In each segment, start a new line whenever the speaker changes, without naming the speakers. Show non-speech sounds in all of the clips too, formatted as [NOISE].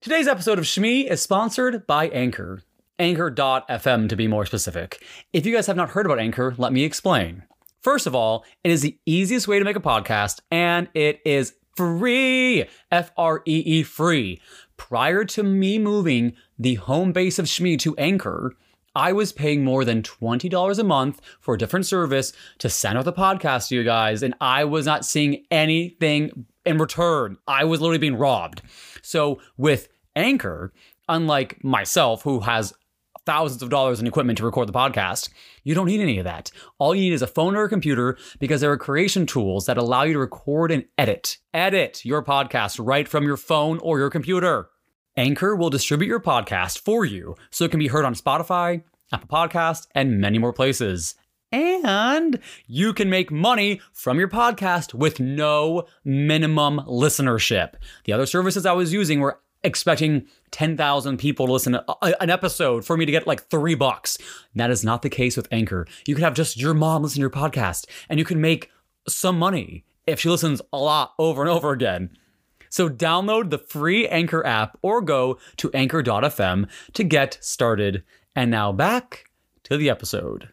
Today's episode of Shmi is sponsored by Anchor. Anchor.fm to be more specific. If you guys have not heard about Anchor, let me explain. First of all, it is the easiest way to make a podcast and it is free. F R E E free. Prior to me moving the home base of Shmi to Anchor, I was paying more than $20 a month for a different service to send out the podcast to you guys, and I was not seeing anything in return. I was literally being robbed. So with Anchor, unlike myself, who has thousands of dollars in equipment to record the podcast, you don't need any of that. All you need is a phone or a computer because there are creation tools that allow you to record and edit. Edit your podcast right from your phone or your computer. Anchor will distribute your podcast for you so it can be heard on Spotify, Apple Podcast, and many more places. And you can make money from your podcast with no minimum listenership. The other services I was using were expecting 10,000 people to listen to a- an episode for me to get like three bucks. And that is not the case with Anchor. You can have just your mom listen to your podcast and you can make some money if she listens a lot over and over again. So download the free Anchor app or go to anchor.fm to get started. And now back to the episode.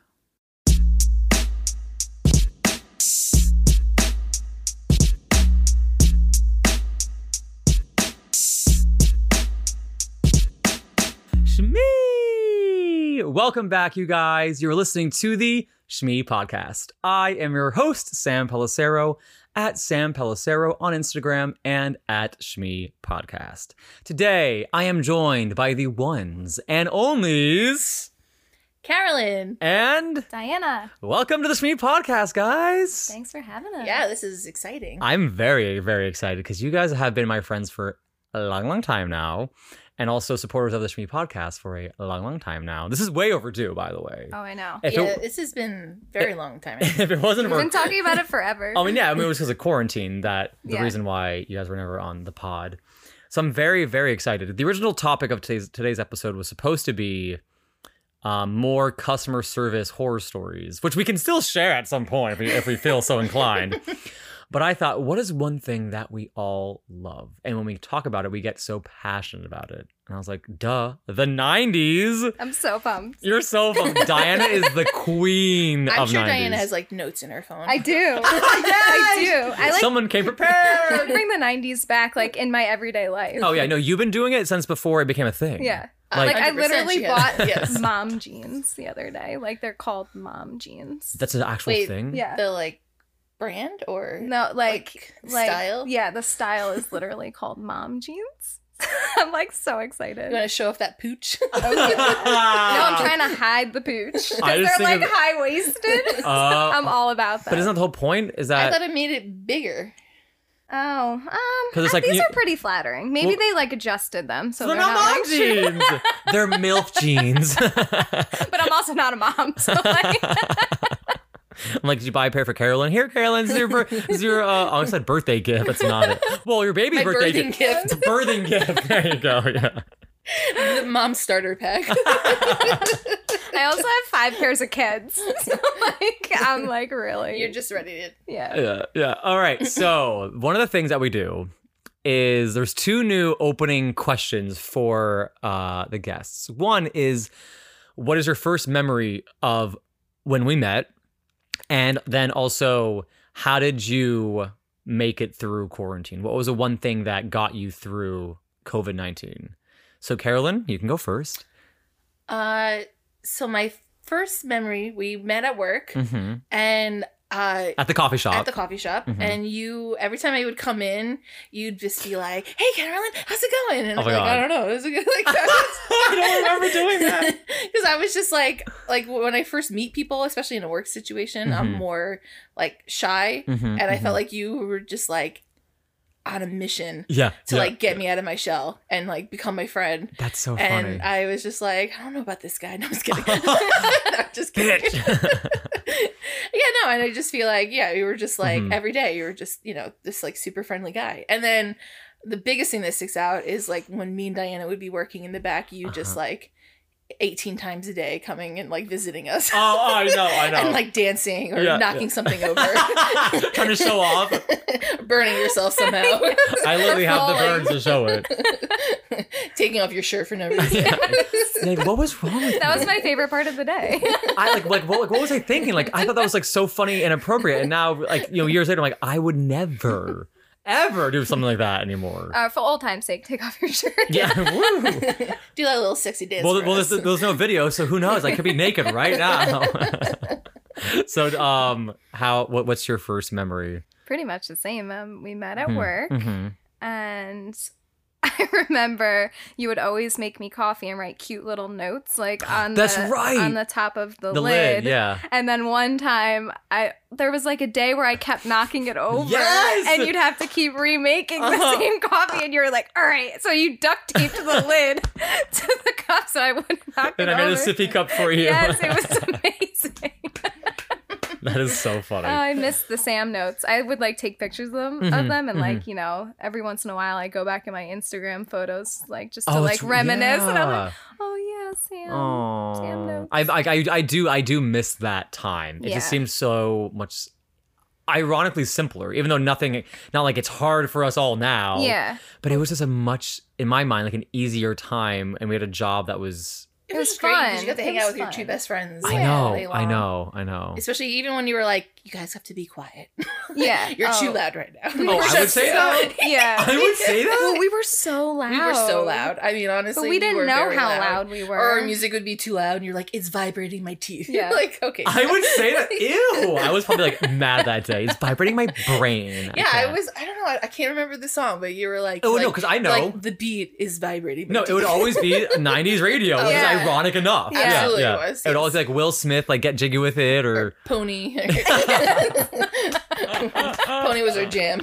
Shmi! Welcome back, you guys. You're listening to the Shmi podcast. I am your host, Sam Pellicero, at Sam Pellicero on Instagram and at Shmi podcast. Today, I am joined by the ones and onlys,
Carolyn,
and
Diana,
welcome to the Shmi podcast, guys.
thanks for having us.
Yeah, this is exciting.
I'm very, very excited because you guys have been my friends for a long, long time now, and also supporters of the Shmi podcast for a long, long time now. This is way overdue, by the way.
Oh, I know.
if,
yeah,
it,
this has been very long time.
[LAUGHS] if it wasn't
We've
for,
been talking about it forever.
I mean, yeah, I mean, it was because of quarantine that the
Yeah.
reason why you guys were never on the pod. So I'm very, very excited. The original topic of today's today's episode was supposed to be. Um, more customer service horror stories, which we can still share at some point if we, if we feel so inclined.
[LAUGHS]
But I thought, what is one thing that we all love? And when we talk about it, we get so passionate about it. And I was like, duh, the 90s.
I'm so pumped.
You're
[LAUGHS]
so fun. Diana is the queen
I'm
of
sure
90s.
Diana has like notes in her phone.
[LAUGHS]
I do.
Oh,
I do. I like
Someone
[LAUGHS]
came prepared.
bring the 90s back like in my everyday life.
oh, yeah. No, you've been doing it since before it became a thing.
Yeah.
Like,
Like I
100%
literally
she
bought
has- [LAUGHS] yes.
mom jeans the other day. Like they're called mom jeans.
that's an actual
Wait,
thing.
[LAUGHS] Yeah.
the like brand or
No, like,
Like,
like
style?
Yeah, the style is literally called mom jeans. [LAUGHS] I'm like so
you
excited.
want to show off that pooch?
Oh, [LAUGHS] No,
[LAUGHS]
I'm trying to hide the pooch. 'Cause
Uh, I
They're
just think
like
of-
high waisted.
[LAUGHS] Uh,
I'm all about that.
but isn't that the whole point? Is [LAUGHS]
I
that
thought it made it bigger.
Oh, um,
'Cause it's
uh,
like
these
you-
are pretty flattering. Maybe
Well-
they like adjusted them, so
they're not mom
like-
jeans. they're milf jeans.
[LAUGHS] but I'm also not a mom, so like,
I'm [LAUGHS] like, did you buy a pair for Carolyn? Here, Carolyn, this is your, bir- this is your uh, I almost said birthday gift. That's not it. Well, your baby's
My
birthday
birthing
gift.
gift,
[LAUGHS] It's a birthing gift. There you go.
the mom starter pack.
[LAUGHS] Yeah. [LAUGHS]
I also have five pairs of kids. [LAUGHS] So like, I'm like really,
You're just ready to.
[LAUGHS] yeah.
yeah. Yeah. All right. So one of the things that we do is there's two new opening questions for uh, the guests. One is, what is your first memory of when we met? And then also, how did you make it through quarantine? What was the one thing that got you through COVID 19? So, Carolyn, you can go 1st
Uh, so my first memory, we met at work,
Mm-hmm.
and uh,
At the coffee shop.
at the [LAUGHS] coffee shop
Mhm.
and you every time I would come in, you'd just be like, Hey Carolyn, how's it going? And
Oh
I'm
my
like, I
God.
don't know. It was good
[LAUGHS]
[LAUGHS] like I
I don't remember doing
[LAUGHS]
that.
Because I was just like like when I first meet people, especially in a work situation, I'm
Mhm.
more like shy.
Mhm,
And I
mhm.
felt like you were just like on a mission
yeah,
to
yeah.
like get me out of my shell and like become my friend.
that's so
and
funny.
I was just like, I don't know about this guy. [LAUGHS] No, I'm just
[LAUGHS]
kidding. I'm just kidding.
[LAUGHS]
yeah, no, and I just feel like, yeah, you were just like
Mhm.
every day, you were just, you know, this like super friendly guy. And then the biggest thing that sticks out is like when me and Diana would be working in the back, you just
Uh-huh.
like 18 times a day coming and like visiting us.
Oh, I know,
[LAUGHS]
I know.
[LAUGHS] and like dancing or
Yeah,
knocking something
[LAUGHS]
over, [LAUGHS]
Trying to show off.
burning yourself
[LAUGHS] [LAUGHS]
somehow. [LAUGHS]
I literally have the
[LAUGHS]
Falling.
burns to show it.
taking off your shirt for no reason.
Like, what was wrong with
That
me?
was my favorite part of
[LAUGHS]
the day.
I like like what, like what was I thinking? Like I thought that was like so funny and appropriate, and now like you know years later, I'm like I would never ever do something like that anymore.
uh, for old time's sake, take off your shirt.
[LAUGHS] yeah.
[LAUGHS]
Woo.
Do that little sexy dance.
Well,
for
well,
us.
there's, there's no video, so who knows? I could be naked right
[LAUGHS]
now. [LAUGHS] so, um, how? What, what's your first memory?
Pretty much the same. Um, we met at
Mhm.
work,
Mhm.
and [LAUGHS] I remember you would always make me coffee and write cute little notes, like on
That's
the,
right.
on the top of the,
The lid,
lid.
yeah.
And then one time, I there was like a day where I kept knocking it over,
Yes!
and you'd have to keep remaking
Uh-huh.
the same coffee, and you were like, "All right," so you duct
[LAUGHS]
taped the lid [LAUGHS] to the cup so I wouldn't knock
Then
it
I made a
over.
sippy cup for you.
yes,
[LAUGHS]
it was amazing.
that is so funny.
Oh, I missed the Sam notes. I would like take pictures of them, of
Mhm,
them, and
mhm.
like you know, every once in a while, I go back in my Instagram photos, like just to
Oh,
like
it's-
reminisce. And I'm like,
yeah.
oh yeah, Sam. Sam
Aw.
notes.
I, I, I, I do I do miss that time. It
Yeah.
just seems so much ironically simpler, even though nothing not like it's hard for us all now.
Yeah,
But it was just a much in my mind, like an easier time and we had a job that was
it
It
was,
was
great because
fun.
you got to
It
hang
was
out with your
fun.
two best friends.
I
all
know,
day
I
long.
know, I know.
Especially even when you were like, you guys have to be quiet.
[LAUGHS]
yeah.
[LAUGHS] You're too
Oh,
loud right now.
Oh, I would say that.
[LAUGHS] Yeah.
[LAUGHS] I would say that.
Well, we were so loud.
We were so loud. I mean, honestly,
but we
you
didn't
were
know
very
how loud. we were.
Or our music would be too loud, and you're like, it's vibrating my teeth. [LAUGHS]
Yeah.
like, okay.
I would say
[LAUGHS]
that. Ew. I was probably like mad that day. It's vibrating my brain.
[LAUGHS] Yeah, I
can't.
was. I don't know. I, I can't remember the song, but you were like,
Oh
like,
no, because I know.
like the beat is vibrating. my
no, it would
teeth. [LAUGHS]
always
[LAUGHS]
be '90s radio, which
Yeah.
is ironic enough. Yeah,
Absolutely
yeah.
it was,
It would
yes.
always be like Will Smith, like get jiggy with it, [LAUGHS]
[LAUGHS]
or
pony. pony
[LAUGHS] pony
was our jam.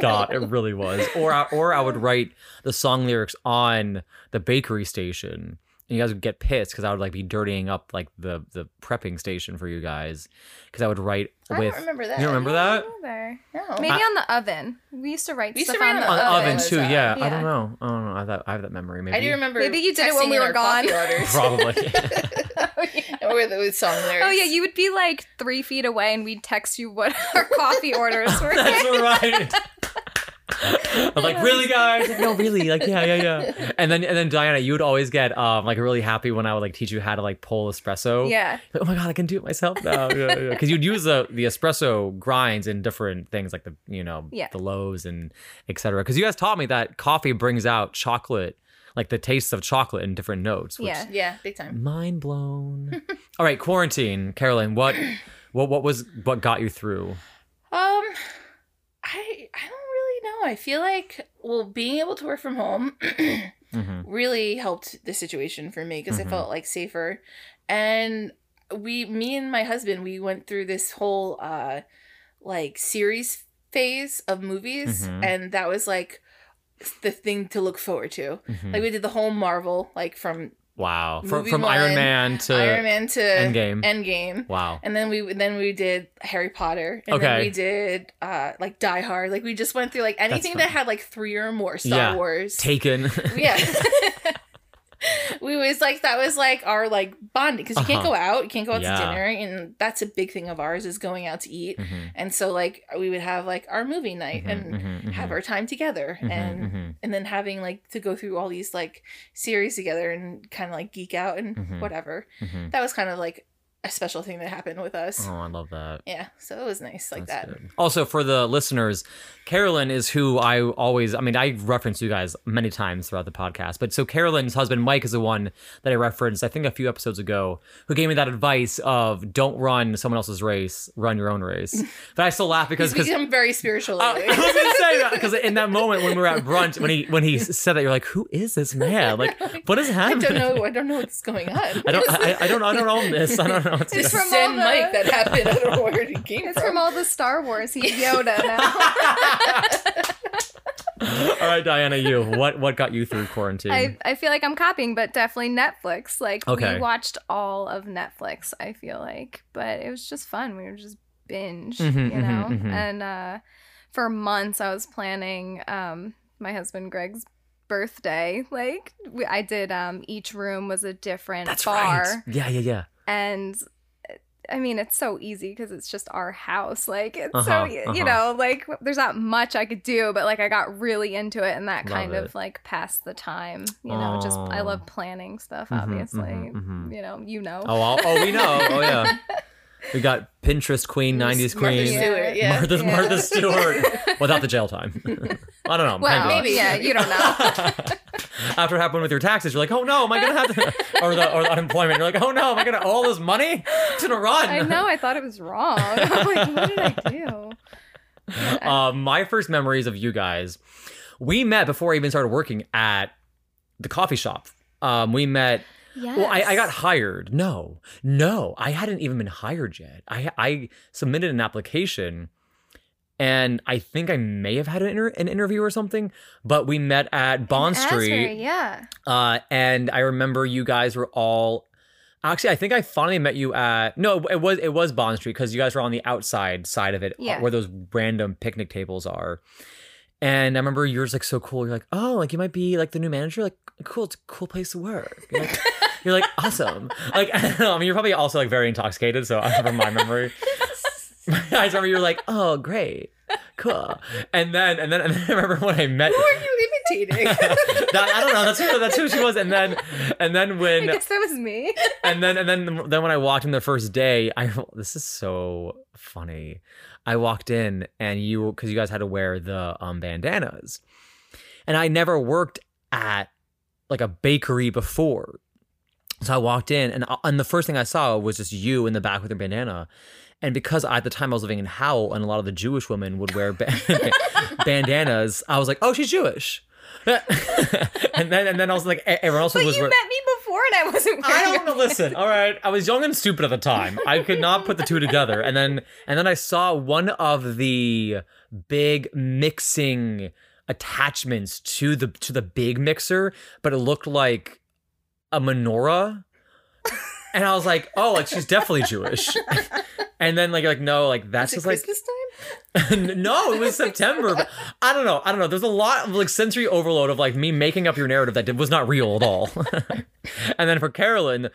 God, it really was. Or I, or I would write the song lyrics on the bakery station, and you guys would get pissed because I would like be dirtying up like the the prepping station for you guys because I would write
I
with
don't remember that.
you remember that
Either.
No.
Maybe on the oven. We used to write
We used to
stuff
write on
on the
on the oven
oven.
too. Yeah. I
Yeah.
don't know. I don't know. I have that, I have that memory. Maybe
I do remember.
Maybe you did it when
texting
we
in
were
our coffee
[LAUGHS]
gone.
orders.
probably.
And we're the [LAUGHS] with song lyrics.
Oh yeah, you would be like three feet away, and we'd text you what [LAUGHS] our coffee orders
[LAUGHS]
were. [LAUGHS]
That's right. I'm like, really, guys? Like, no, really. Like, yeah, yeah, yeah. And then, and then Diana, you would always get um like really happy when I would like teach you how to like pull espresso.
yeah,
Like, oh my god, I can do it myself now. Because you'd use the the espresso grinds in different things like the you know
Yeah.
the loaves and etc. Because you guys taught me that coffee brings out chocolate, like the taste of chocolate in different notes. Which
Yeah.
Yeah, big time.
Mind
[LAUGHS]
blown. All right, quarantine, Caroline. What, what, what was what got you through?
Um, I I don't really know. I feel like well, being able to work from home [CLEARS THROAT]
Mhm.
really helped the situation for me because
Mhm.
I felt like safer. And we, me and my husband, we went through this whole uh like series phase of movies,
Mhm.
and that was like the thing to look forward to.
Mhm.
Like we did the whole Marvel, like from
Wow. From,
Movie
from
one,
Iron Man to
Iron Man to
Endgame.
Endgame.
wow.
And then we then we did Harry Potter, and then
Okay.
we did uh like Die Hard. Like we just went through like anything that
fun.
had like three or more Star
Yeah.
Wars.
Taken.
[LAUGHS]
Mm-hmm, [LAUGHS]
yeah. we was like that was like our like bonding because you can't
Uh-huh.
go out, you can't go out
Yeah.
to dinner, and that's a big thing of ours is going out to eat.
Mhm,
And so like we would have like our movie night
mhm,
and
mhm, mhm,
have our time together
mhm,
and
mhm.
and then having like to go through all these like series together and kind of like geek out and
Mhm.
whatever.
Mhm.
That was kind of like a special thing that happened with us.
Oh, I love that.
Yeah, so it was nice like
That's
that.
good. Also, for the listeners, Carolyn is who I always, I mean, I reference you guys many times throughout the podcast, but so Carolyn's husband, Mike, is the one that I referenced, I think, a few episodes ago, who gave me that advice of don't run someone else's race, run your own
[LAUGHS]
race. but I still laugh because, because
He's become very spiritual
Uh,
lately.
I [LAUGHS] was gonna say that because in that moment when we were at brunch, when he when he s- said that, you're like, "Who is this man? Like, what is
I
happening?"
don't know. I don't know what's going on. [LAUGHS]
I don't. I, I don't. I don't own this. I don't know. What's this.
It's from
Sin
all the-
Mike that happened. I don't know where it came
it's
from.
from all the Star Wars. He's [LAUGHS] Yoda now.
[LAUGHS] All right, Diana, you. What what got you through quarantine?
I, I feel like I'm copying, but definitely Netflix. Like
Okay.
we watched all of Netflix, I feel like. But it was just fun. We were just binge,
Mhm,
you
mhm,
know?
mhm.
And uh for months I was planning um my husband Greg's birthday. Like we, I did um each room was a different
That's
bar
right. Yeah, yeah, yeah.
and I mean, it's so easy because it's just our house. Like, it's
Uh-huh,
so,
uh-huh.
you know, like there's not much I could do, but like I got really into it and that
Love
kind
it.
of like passed the time, you know, just I
Aw.
love planning stuff,
Mhm,
obviously.
mhm, mhm.
You know, you know.
Oh, I'll, oh, we know. Oh,
[LAUGHS]
yeah. We got Pinterest Queen, '90s
Martha
Queen,
Stewart, yeah.
Martha,
Yeah.
Martha
[LAUGHS]
Stewart, without the jail time. [LAUGHS] I don't know.
Well,
maybe.
maybe.
yeah, you don't know.
[LAUGHS] After it happened with your taxes, you're like, oh no, am I gonna have to? [LAUGHS] Or the or the unemployment, you're like, oh no, am I gonna owe all this money? It's gonna run.
I know. I thought it was wrong. [LAUGHS] I'm like, what did I do?
[LAUGHS] Uh, my first memories of you guys, we met before I even started working at the coffee shop. Um, we met.
Yes.
Well, I, I got hired. No, no, I hadn't even been hired yet. I I submitted an application, and I think I may have had an, inter- an interview or something. But we met at Bond Street.
Yeah.
Uh, and I remember you guys were all actually. I think I finally met you at no, it was it was Bond Street because you guys were on the outside side of it, uh,
Yeah.
where those random picnic tables are. And I remember yours like so cool. You're like, oh, like you might be like the new manager. Like, cool, it's a cool place to work. You're like, you're like awesome. Like, [LAUGHS] I don't know. I mean, you're probably also like very intoxicated. So [LAUGHS] I- from my memory, I just remember you were like, oh, great, cool. And then and then and then I remember when I met.
Who are you imitating?
That- I don't know. That's who, that's who she was. And then, and uh, then
I
when,
guess that was me. [LAUGHS]
and then, and then, then when I walked in the first day, I this is so funny. I walked in and you because you guys had to wear the um, bandanas, and I never worked at like a bakery before, so I walked in and uh, and the first thing I saw was just you in the back with your bandana. And because I, at the time I was living in Howell, and a lot of the Jewish women would wear ba- [LAUGHS] bandanas, I was like, "Oh, she's Jewish," [LAUGHS] and then and then I was like, e- everyone else
But
was.
you
wear-
met me before and I wasn't wearing
I don't know. Listen, all right. I was young and stupid at the time. I could not put the two together, and then and then I saw one of the big mixing attachments to the to the big mixer, but it looked like a menorah, and I was like, oh, like she's definitely Jewish. [LAUGHS] And then like you're like no like [LAUGHS] that's
Is it
just like
Christmas
[LAUGHS]
time?
no it was September but I don't know I don't know there's a lot of like sensory overload of like me making up your narrative that did, was not real at all [LAUGHS] and then for Carolyn,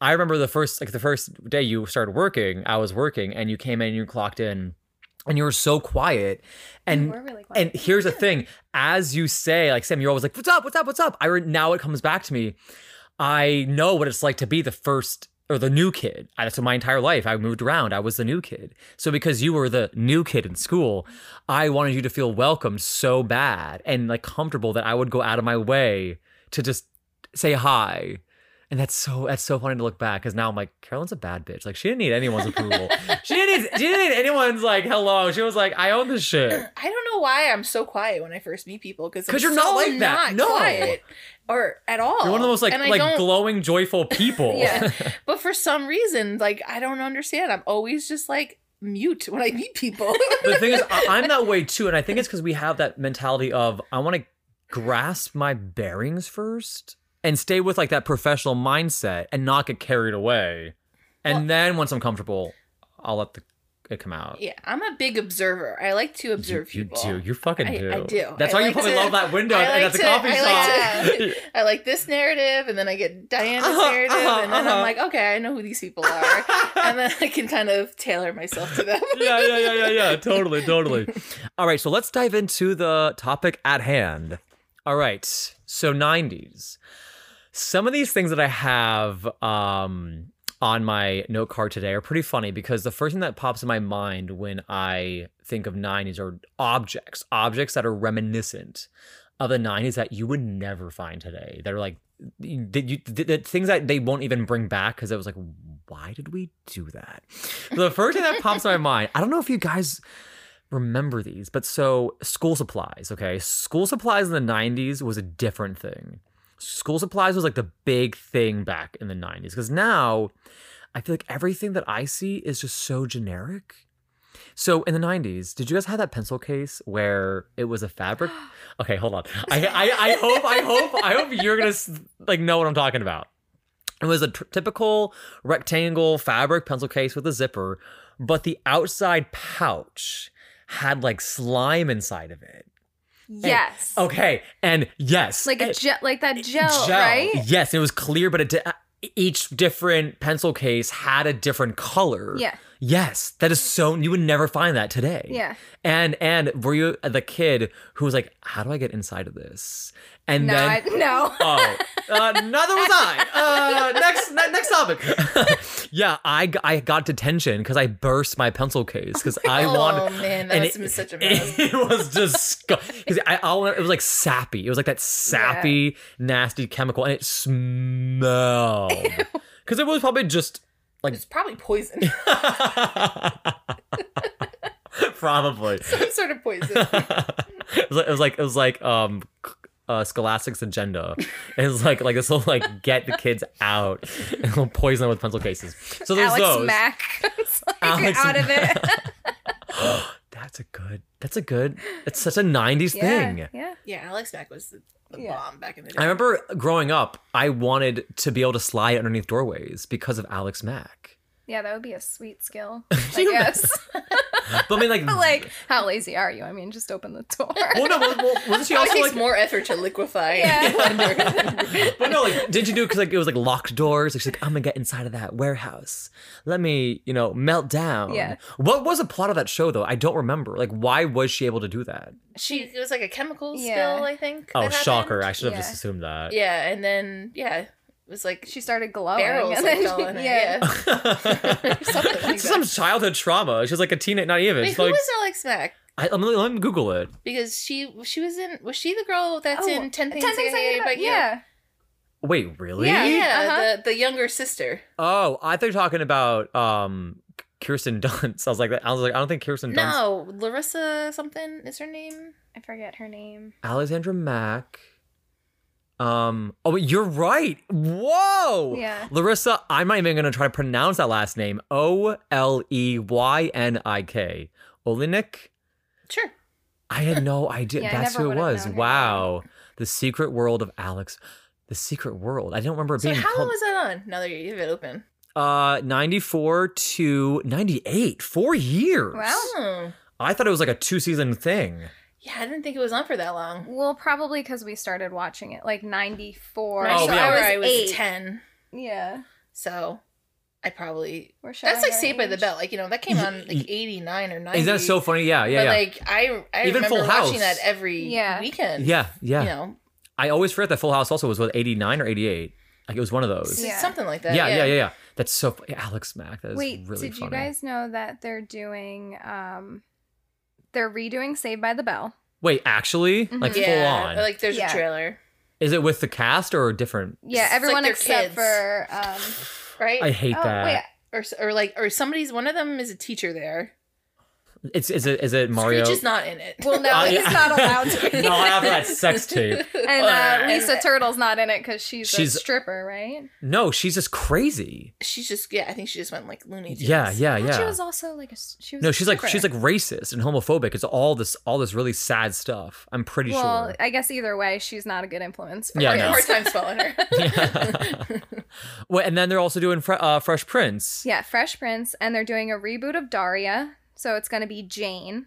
I remember the first like the first day you started working, I was working and you came in and you clocked in and you were so quiet. And
We're really quiet.
and here's the thing, as you say, like Sam, you're always like, What's up? What's up? What's up? I re- now it comes back to me. I know what it's like to be the first or the new kid. I, so my entire life, I moved around. I was the new kid. So because you were the new kid in school, I wanted you to feel welcomed so bad and like comfortable that I would go out of my way to just say hi. And that's so that's so funny to look back because now I'm like Carolyn's a bad bitch. Like she didn't need anyone's approval. She didn't need she didn't need anyone's like hello. She was like I own this shit.
I don't know why I'm so quiet when I first meet people because
'Cause you're not like that. No.
quiet or at all.
You're one of the most like
and I
like
don't,
glowing joyful people.
[LAUGHS] Yeah. but for some reason, like I don't understand. I'm always just like mute when I meet people.
[LAUGHS]
[LAUGHS]
the thing is, I- I'm that way too, and I think it's because we have that mentality of I want to grasp my bearings first and stay with like that professional mindset and not get carried away. And
Well-
then once I'm comfortable, I'll let the it come out.
yeah, I'm a big observer. I like to observe
you, you
people.
do. You fucking
I-
do.
I do.
That's
I
why you
like
probably
to-
love that window
I
and
like
that's a
to-
coffee
I
shop.
like to- I like this narrative, and then I get Diana's
Uh-huh,
narrative,
uh-huh,
and then
uh-huh.
I'm like, okay, I know who these people are,
[LAUGHS]
and then I can kind of tailor myself to them.
yeah, yeah, yeah, yeah, yeah. Totally, totally. All right, so let's dive into the topic at hand. All right, so 90s. Some of these things that I have um, on my note card today are pretty funny because the first thing that pops in my mind when I think of 90s are objects, objects that are reminiscent of the 90s that you would never find today, that are like, did you the, the things that they won't even bring back because I was like, why did we do that? The first thing that pops in my mind, I don't know if you guys remember these, but so school supplies, okay? School supplies in the 90s was a different thing. School supplies was like the big thing back in the 90s because now I feel like everything that I see is just so generic. So in the 90s, did you guys have that pencil case where it was a fabric? Okay, hold on. I, I, I hope, I hope, I hope you're gonna s- like know what I'm talking about. It was a t- typical rectangle fabric pencil case with a zipper, but the outside pouch had like slime inside of it.
yes.
Okay, oh, and yes,
Like a
it-
gel, like that gel,
gel.
right?
Yes, it was clear, but it did. each different pencil case had a different color.
Yeah.
Yes, that is so. You would never find that today.
Yeah.
And and were you the kid who was like, "How do I get inside of this?" And
No,
then [LAUGHS]
I, no.
oh, uh, neither was I. Uh, next, ne- next topic. [LAUGHS] yeah, I, g- I got detention because I burst my pencil case because [LAUGHS] I wanted.
oh man, that
and
must
it- [LAUGHS]
have been such a mess.
It was disgusting. Because I, I, it was like sappy. It was like that sappy, nasty chemical, and it smelled. [LAUGHS] Because it was probably just [LAUGHS]
It's probably poison, [LAUGHS]
probably.
some sort of
[LAUGHS]
poison.
it, was like, it was like it was like um uh, Scholastic's agenda. It was like like this whole like get the kids out and we'll poison them with pencil cases. So there's
Alex
those.
Mack. [LAUGHS] It's like
Alex
out of it.
[GASPS] that's a good. That's a good. It's such a '90s thing.
Yeah. yeah.
Yeah, Alex Mack was the, the
Yeah.
bomb back in the day.
I remember growing up, I wanted to be able to slide underneath doorways because of Alex Mack.
Yeah, that would be a sweet skill.
[LAUGHS]
I
You-
guess. [LAUGHS]
But I mean, like,
but [LAUGHS] like, how lazy are you? I mean, just open the door. [LAUGHS]
well, no, well, well, wasn't she
It
also
takes
like?
more effort to liquefy.
[LAUGHS]
Yeah.
[LAUGHS]
but no, like, did you do because like it was like locked doors? Like, she's like, I'm gonna get inside of that warehouse. Let me, you know, melt down.
Yeah.
What was the plot of that show though? I don't remember. Like, why was she able to do that?
she it was like a chemical
Yeah.
spill, I think.
oh,
that
shocker! I
happened.
should have
Yeah.
just assumed that. [LAUGHS]
Yeah, and then yeah, it was like
she started glowing.
barrels
and then
[LAUGHS]
like, fell in
she-
it.
yeah.
Yeah. Something like
Some childhood trauma. She's like a teenage, not even.
Wait,
She's
who
like,
was Alex Mack?
I, let, me, let me Google it.
Because she she was in was she the girl that's
Oh,
in Ten Things,
Ten things I hate about
You?
yeah.
Wait, really?
yeah,
Uh-huh.
the the younger sister.
Oh, I thought you were talking about um Kirsten Dunst. [LAUGHS] I was like, I was like, I don't think Kirsten Dunst.
No, Larissa something is her name.
I forget her name.
Alexandra Mack. Um. Oh, wait, you're right. Whoa.
Yeah.
Larissa, I'm not even gonna try to pronounce that last name. O L E Y N I K. Olenek.
Sure.
I had
[LAUGHS]
no idea.
Yeah, I
That's
never
who it
would've
was.
known her.
Wow. The secret world of Alex. The secret world. I don't remember it
So
being
how
called.
long was that on? Now that you have it open.
uh, 94 to 98. Four years.
Wow.
Oh.
I thought it was like a two season thing.
Yeah, I didn't think it was on for that long.
Well, probably because we started watching it like '94.
Oh,
so
yeah.
I was
eight.
ten,
Yeah,
so I probably
we're
that's like
showing our
Saved by the
age.
Bell. Like you know that came on
Y- y-
like eighty nine or ninety.
Isn't e- that so funny? Yeah, yeah,
but
yeah.
like I I
Even
remember
Full
watching
House.
that every
Yeah.
weekend.
yeah, yeah.
You know,
I always forget that Full House also was what eighty nine or eighty eight. Like it was one of those.
Yeah.
something like
Yeah,
that.
yeah, yeah, yeah. That's so fu- yeah, Alex Mack. That is
Wait,
really
did
funny.
you guys know that they're doing? um They're redoing Saved by the Bell.
Wait, actually,
Mhm.
like
Yeah,
full on.
Like there's
Yeah.
a trailer,
is it with the cast or different?
Yeah,
It's like
everyone
their
except
kids.
for. Um,
right?
I hate
oh wait,
that.
or s- or like or somebody's one of them is a teacher there.
It's is it is it Mario?
Screech is not in it. [LAUGHS]
Well, no,
Oh, [LAUGHS]
he's
yeah.
not allowed to. be.
No, after that
[LAUGHS]
sex tape.
And uh,
And
Lisa Turtle's not in it because she's,
She's-
a stripper, right?
No, she's just crazy.
she's just yeah. I think she just went like Looney Tunes.
Yeah, yeah,
I thought
Uh, yeah.
She was also like a. s- She was
no,
a
she's like she's
stripper.
like racist and homophobic. It's all this all this really sad stuff. I'm pretty
Well,
sure. [LAUGHS]
I [LAUGHS] guess either way, she's not a good influence. For
Yeah,
Hard,
no.
hard times
[LAUGHS]
following her.
well, and then they're also doing Fre- uh, Fresh Prince.
[LAUGHS] Yeah, Fresh Prince, and they're doing a reboot of Daria, so it's going to be Jane.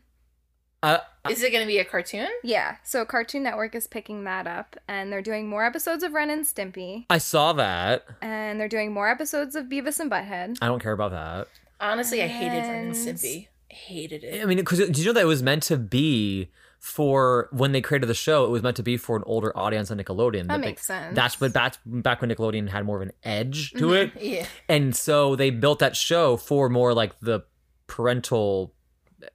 Uh,
[LAUGHS] Is it going to be a cartoon?
Yeah, so Cartoon Network is picking that up, and they're doing more episodes of Ren and Stimpy,
I saw that.
and they're doing more episodes of Beavis and Butthead.
I don't care about that.
Honestly, I hated Ren and
Yes.
Stimpy. Hated
I
it.
mean, because did you know that it was meant to be for when they created the show? It was meant to be for an older audience on Nickelodeon.
That
but
makes
they-
sense.
That's what that's back when Nickelodeon had more of an edge to
Mhm.
it,
Yeah.
and so they built that show for more like the parental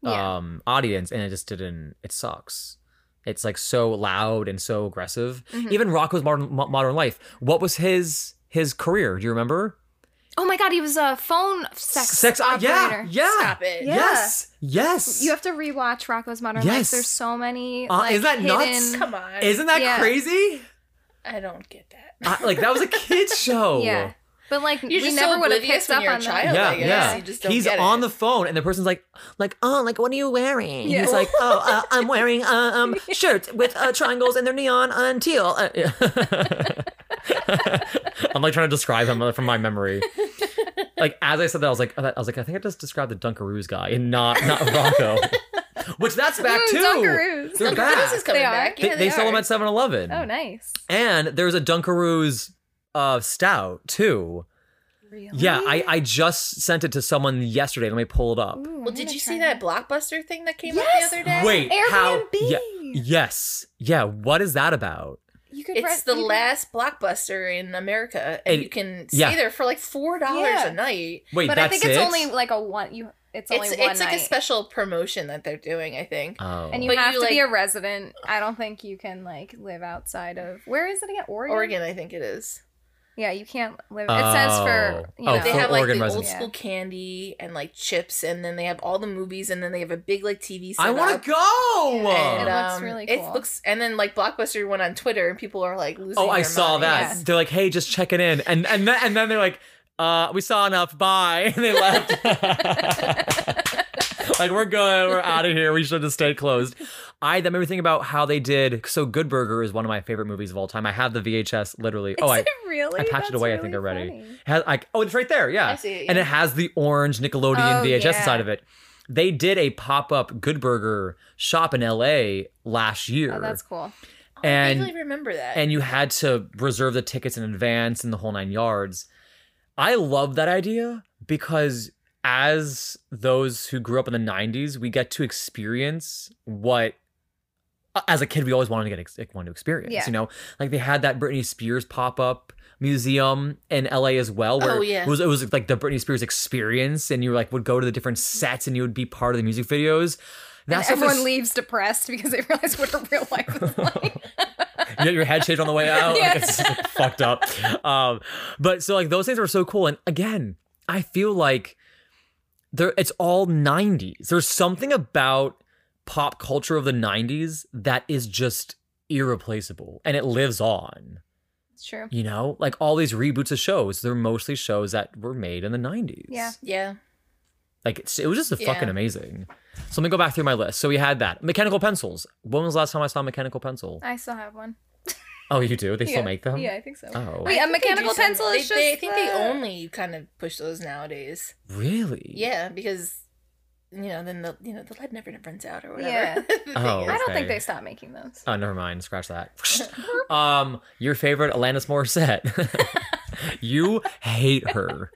Yeah.
um audience, and it just didn't. It sucks. It's like so loud and so aggressive.
Mhm.
Even Rocko's modern Mo- modern life. What was his his career? Do you remember?
Oh my God, he was a phone sex,
uh,
operator.
Yeah. Yeah.
Stop it.
Yeah.
Yes. Yes.
You have to rewatch Rocco's Modern
Yes.
Life. There's so many.
Uh,
like,
is that
hidden...
nuts?
Come on.
Isn't that
Yeah.
crazy?
I don't get that.
I, like that was a
[LAUGHS]
kids show.
Yeah, but like
You're
we
just
never
so
would have
oblivious
picked
when
up
you're a
on
child.
[LAUGHS] that.
Yeah,
like, I guess
yeah.
you just don't
He's
get it.
on the phone, and the person's like, like, oh, like, what are you wearing?
Yeah.
He's like, oh, uh,
[LAUGHS]
I'm wearing uh, um shirt with uh, triangles and they're neon and teal. Uh, yeah. [LAUGHS] I'm like trying to describe him from my memory. Like as I said that, I was like, oh, that- I was like, I think I just described the Dunkaroos guy and not not
[LAUGHS]
Rocco, which that's back
Ooh,
too.
Dunkaroos. Oh,
They're
[LAUGHS]
Look,
back.
This is coming
They are.
back.
They,
Yeah,
they sell
are.
them at 7-Eleven.
Oh, nice.
And there's a Dunkaroos uh, stout too.
Really?
Yeah, I, I just sent it to someone yesterday. Let me pull it up.
Well,
Ooh, I'm
did
gonna
you
try
see that blockbuster thing that came out
Yes!
the other day?
Wait, how?
Airbnb.
Yeah, yes, yeah. What is that about?
You could
It's
rent-
the
you could-
last blockbuster in America, and
And-
you can
yeah.
stay there for like four dollars
Yeah.
a night.
Wait,
But I
that's
think it's
it?
only like a one. You. It's only
It's
one
it's like a
night.
special promotion that they're doing. I think
Oh,
And you
But
have
you,
to be
like-
a resident. I don't think you can like live outside of where is it again? Oregon.
Oregon, I think it is.
Yeah, you can't live. It says for
Oh.
you
Oh,
know.
They
for
have like
Oregon
the
residents.
old school candy and like chips, and then they have all the movies, and then they have a big like TV.
I
set
want
up.
to go.
Yeah.
And,
It looks
um,
really
It
cool.
looks, and then like Blockbuster went on Twitter, and people are like losing.
Oh, I
their
saw
minds.
that.
Yeah.
They're like, "Hey, just checking in," and and then, and then they're like, "Uh, we saw enough. Bye," [LAUGHS] and they left. like we're good. We're out of here. We should have stayed closed. I that made me think about how they did. So, Good Burger is one of my favorite movies of all time. I have the VHS literally. [LAUGHS] oh, I
[LAUGHS] Is it really?
I patched it
That's
away, I
really
think, already.
funny.
has like oh, it's right there. Yeah,
I see it,
and
yeah.
it has the orange Nickelodeon
Oh,
VHS
yeah.
side of it. They did a pop up Good Burger shop in L.A. last year.
Oh, that's cool.
and
I really remember that.
and you had to reserve the tickets in advance and the whole nine yards. I love that idea because as those who grew up in the 90s, we get to experience what as a kid we always wanted to get ex- wanted to experience,
Yeah.
you know? Like they had that Britney Spears pop-up museum in LA as well where
Oh, yeah.
it was it was like the Britney Spears experience and you like would go to the different sets and you would be part of the music videos.
And
That's
everyone leaves depressed because they [LAUGHS] realize what her real
[LAUGHS]
life is like.
you get your head shaved on the
[LAUGHS]
way out.
Yeah.
Like, it's just, like, [LAUGHS] fucked up. Um, but so like those things are so cool. And again, I feel like there it's all 90s. There's something about pop culture of the 90s that is just irreplaceable and it lives on.
it's true.
You know, like all these reboots of shows, they're mostly shows that were made in the 90s.
Yeah.
yeah,
Like it's, it was just a
Yeah.
fucking amazing. So let me go back through my list. So we had that. Mechanical pencils. When was the last time I saw a mechanical pencil?
I still have one.
Oh, you do? They
yeah.
still make them?
Yeah, I think so.
Oh.
Wait,
I
a
think they do
mechanical
some-
pencil is
they- they- I
just
think they
the-
only kind of push those nowadays.
Really?
Yeah, because you know, then the you know the lead never runs out or whatever. [LAUGHS]
Yeah.
The thing
Oh.
I
is-
don't think
Okay.
they stopped making those.
Oh, never mind. Scratch that.
[LAUGHS]
[LAUGHS] um, your favorite Alanis Morissette. [LAUGHS] you hate her.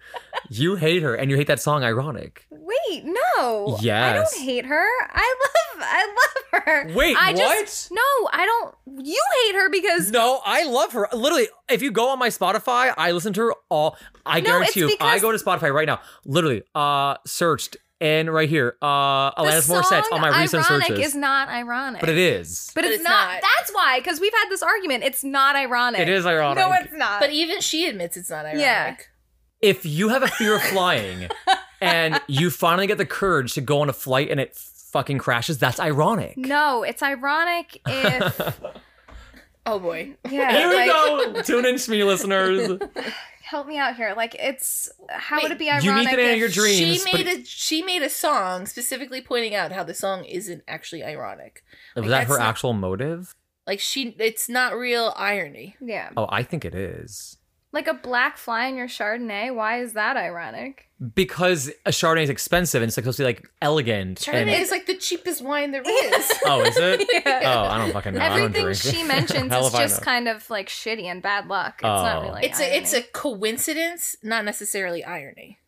You hate her, and you hate that song. Ironic.
Wait, no. I
Yes.
don't hate her. I love I love her.
Wait,
I
what?
Just, no, I don't you hate her because
No, I love her. Literally, if you go on my Spotify, I listen to her all. I
No, it's
guarantee you, if I
because-
go to Spotify right now, literally, uh, searched and right here, uh,
the
Alanis
song
Morissette's on my recent
ironic
searches.
is not ironic.
but it is.
But,
But
it's,
it's
not.
not.
That's why, because we've had this argument. It's not ironic.
It is ironic.
No, it's not.
But even she admits it's not ironic.
Yeah.
if you have a fear
[LAUGHS]
of flying and you finally get the courage to go on a flight and it fucking crashes, that's ironic.
no,
[LAUGHS]
it's ironic if.
Oh boy.
Yeah.
Here we
like,
go. Tune in to me,
[LAUGHS]
listeners.
Help me out here. Like, it's. How would it be
Wait,
ironic?
you need to know
if-
your dream. Dreams,
she
but-
made a she made a song specifically pointing out how the song isn't actually ironic.
Was
Like,
that
that's
her
not-
actual motive?
Like she it's not real irony.
Yeah.
Oh, I think it is.
Like a black fly in your Chardonnay. Why is that ironic?
Because a Chardonnay is expensive and it's supposed to be like elegant. and-
Chardonnay is like the cheapest wine there is.
[LAUGHS] oh, is it?
[LAUGHS] Yeah.
Oh,
[LAUGHS]
I don't fucking know. I
Everything
don't drink. [LAUGHS]
she mentions
Hell if
is
I
just
know.
kind of like shitty and bad luck. It's
Oh.
not really.
it's a it's a
irony.
coincidence, not necessarily irony.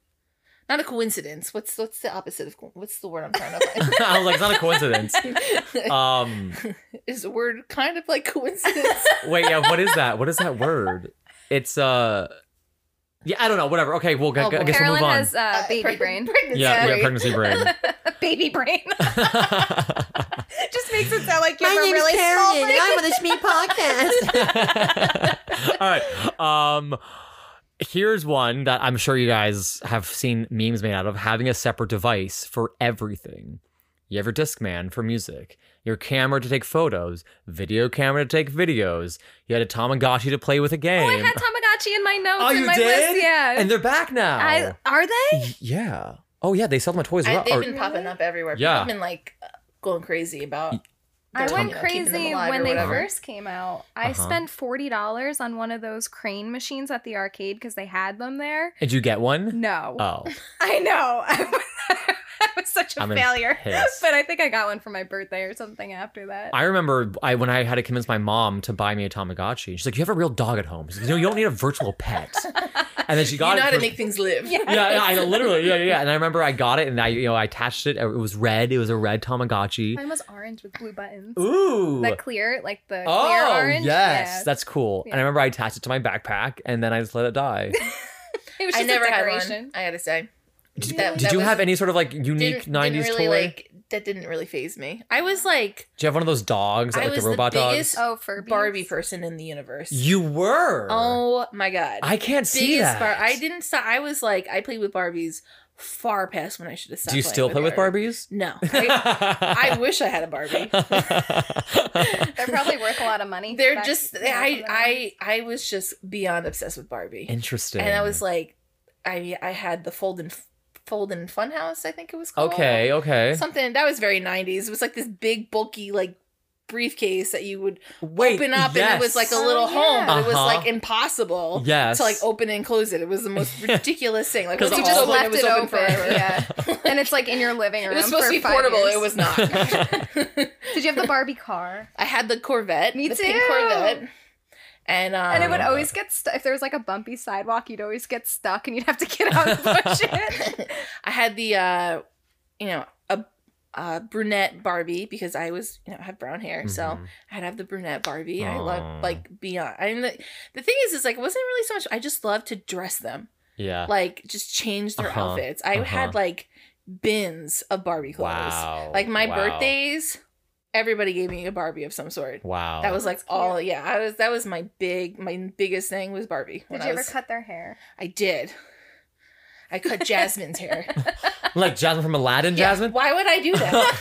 Not a coincidence. What's what's the opposite of co- what's the word I'm
[LAUGHS]
trying to
I was like, it's not a
[LAUGHS]
coincidence. [LAUGHS]
find? [LAUGHS]
Um,
Is the word kind of like coincidence?
wait, yeah, what is that? What is that word? It's uh, yeah, I don't know. Whatever. Okay, well, g-
Oh,
g- I
boy.
guess we'll
Carolyn
move on.
has uh, baby
preg- [LAUGHS]
brain. [LAUGHS]
pregnancy
yeah, yeah,
brain.
pregnancy brain. [LAUGHS]
baby brain. [LAUGHS] just makes it sound like you
My
have a
name's
really small
Carrie, and
brain.
I'm on the
[LAUGHS]
Shmee podcast.
All right. Um here's one that I'm sure you guys have seen memes made out of having a separate device for everything. You have your Discman for music, your camera to take photos, video camera to take videos. You had a Tamagotchi to play with a game.
Oh, I had Tamagotchi in my notes.
Oh,
in
you
my
did?
List. Yeah.
and Oh. they're back now.
I, are they?
Y- yeah. Oh yeah, they sell them at Toys R
I,
Us.
they've
or-
been popping up everywhere.
Yeah.
People have been like going crazy about.
I
their,
went
you know, keeping them
crazy
alive
when
or
they
whatever.
first came out. I
Uh-huh.
spent forty dollars on one of those crane machines at the arcade because they had them there.
Uh.
[LAUGHS]
Did you get one?
No,
Oh.
I know. [LAUGHS] I I was such a
I'm
failure. [LAUGHS]
pissed.
But I think I got one for my birthday or something after that.
I remember I when I had to convince my mom to buy me a Tamagotchi. She's like, "You have a real dog at home." She's like, "No, you don't need a virtual pet." And then she
[LAUGHS] you
got
know
it.
how
for-
to make things live. [LAUGHS]
Yeah.
[LAUGHS] yeah, yeah, I literally, yeah, yeah, yeah. And I remember I got it, and I, you know, I attached it. It was red. It was a red Tamagotchi.
Mine was orange with blue buttons.
Ooh.
That clear, like the clear
Oh
orange.
yes,
Yeah.
that's cool.
Yeah.
And I remember I attached it to my backpack, and then I just let it die.
It was
I
just
never
a
had
decoration.
one. I gotta say,
Did,
[LAUGHS] That-
did
that
you
was-
have any sort of like unique
didn't, didn't
'90s
really
toy?
like that. Didn't really phase me. I was like
Do you have one of those dogs, that,
I
like
was
the
the
robot
biggest-
dogs?
Oh, Furby.
Barbie person in the universe.
You were.
oh my god!
I can't see
biggest
that.
Bar- I didn't stop. I was like, I played with Barbies far past when I should have stopped.
Do you
playing
still play with
Barbie?
Barbies?
No, I, I wish I had a Barbie.
[LAUGHS]
[LAUGHS]
They're probably worth a lot of money.
They're
back-
just
yeah,
I
for them.
I I was just beyond obsessed with Barbie,
Interesting.
and I was like, I I had the fold and fold and funhouse. I think it was called.
okay, okay.
something that was very 90s. It was like this big bulky like briefcase that you would
Wait,
open up, and it was like a
Oh,
little home, but it was
yeah.
like impossible.
yes.
To like open and close it, it was
[LAUGHS]
the most ridiculous thing. Like
'Cause
once
Because you
you
all-
just
just open, it was
left it,
open
open.
forever.
Yeah. and it's like in your living
[LAUGHS]
room.
It was supposed
for
to be
five
portable.
years.
It was not.
Did you have the Barbie car?
[LAUGHS] I had the Corvette,
Me
the pink
too.
Corvette, and um,
And it would
yeah.
always get stuck. If there was like a bumpy sidewalk, you'd always get stuck and you'd have to get out and push it.
[LAUGHS] I had the uh you know a, a brunette Barbie because I was you know I have brown
[LAUGHS]
hair so
Mhm.
I'd have the brunette Barbie I
Aw.
love like beyond I mean the, the thing is is like it wasn't really so much I just loved to dress them
yeah.
like just change their
Uh-huh.
outfits I
Uh-huh.
had like bins of Barbie clothes
wow.
like my
Wow.
birthdays everybody gave me a Barbie of some sort
Wow.
that was like
That's cute.
all yeah I was that was my big my biggest thing was Barbie when
Did
I
you ever
was-
cut their hair?
I did. I
[LAUGHS]
cut Jasmine's hair.
[LAUGHS] like Jasmine from Aladdin. Jasmine.
[LAUGHS] Yeah, why would I do
[LAUGHS]
that?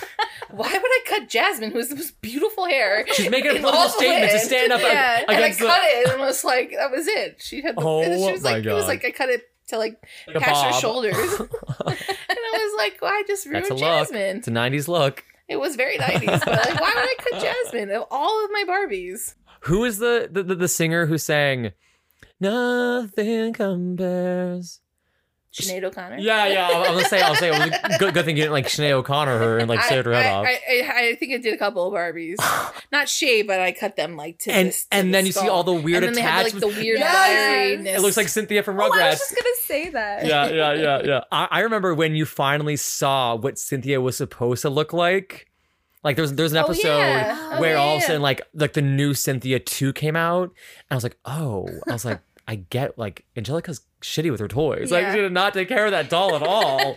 why would I cut Jasmine, who has the most beautiful hair?
She's making a
In
political
all the
statement to
wind.
stand up
Yeah.
And I
against
cut it and was like, that was it. She had the,
Oh
she was
my
like, it was
God.
like I cut it to like
the, like a
past her
bob. [LAUGHS]
shoulders. [LAUGHS] and I was like, well, I just ruined
That's a look.
Jasmine.
It's a '90s look.
It was
[LAUGHS]
very 90s, but like, why would I cut Jasmine of all of my Barbies?
Who is the the, the, the singer who sang "Nothing Compares"?
Sinead O'Connor?
Yeah, yeah. I was gonna say, I'll say, it was a good, good thing you didn't like Sinead O'Connor her and like
I,
shaved her head
I,
off.
I, I, I think I did a couple of
[GASPS]
Barbies. Not shave, but I cut them like
[SIGHS]
to
and
this- to
and
the
then you see
skull.
all the weird
and then
attachments.
They have, like, the weird
Yes.
wiriness.
it looks like Cynthia from
Oh, I
Rugrats.
was just going to say that.
yeah, yeah, yeah, yeah. I, I remember when you finally saw what Cynthia was supposed to look like. Like there's there's an
Oh,
episode
yeah. Oh,
where
yeah,
all of a
yeah.
sudden like like the new Cynthia two came out, and I was like, oh, I was like, I get like Angelica's shitty with her toys.
[LAUGHS]
Like
Yeah.
she did not take care of that doll at all.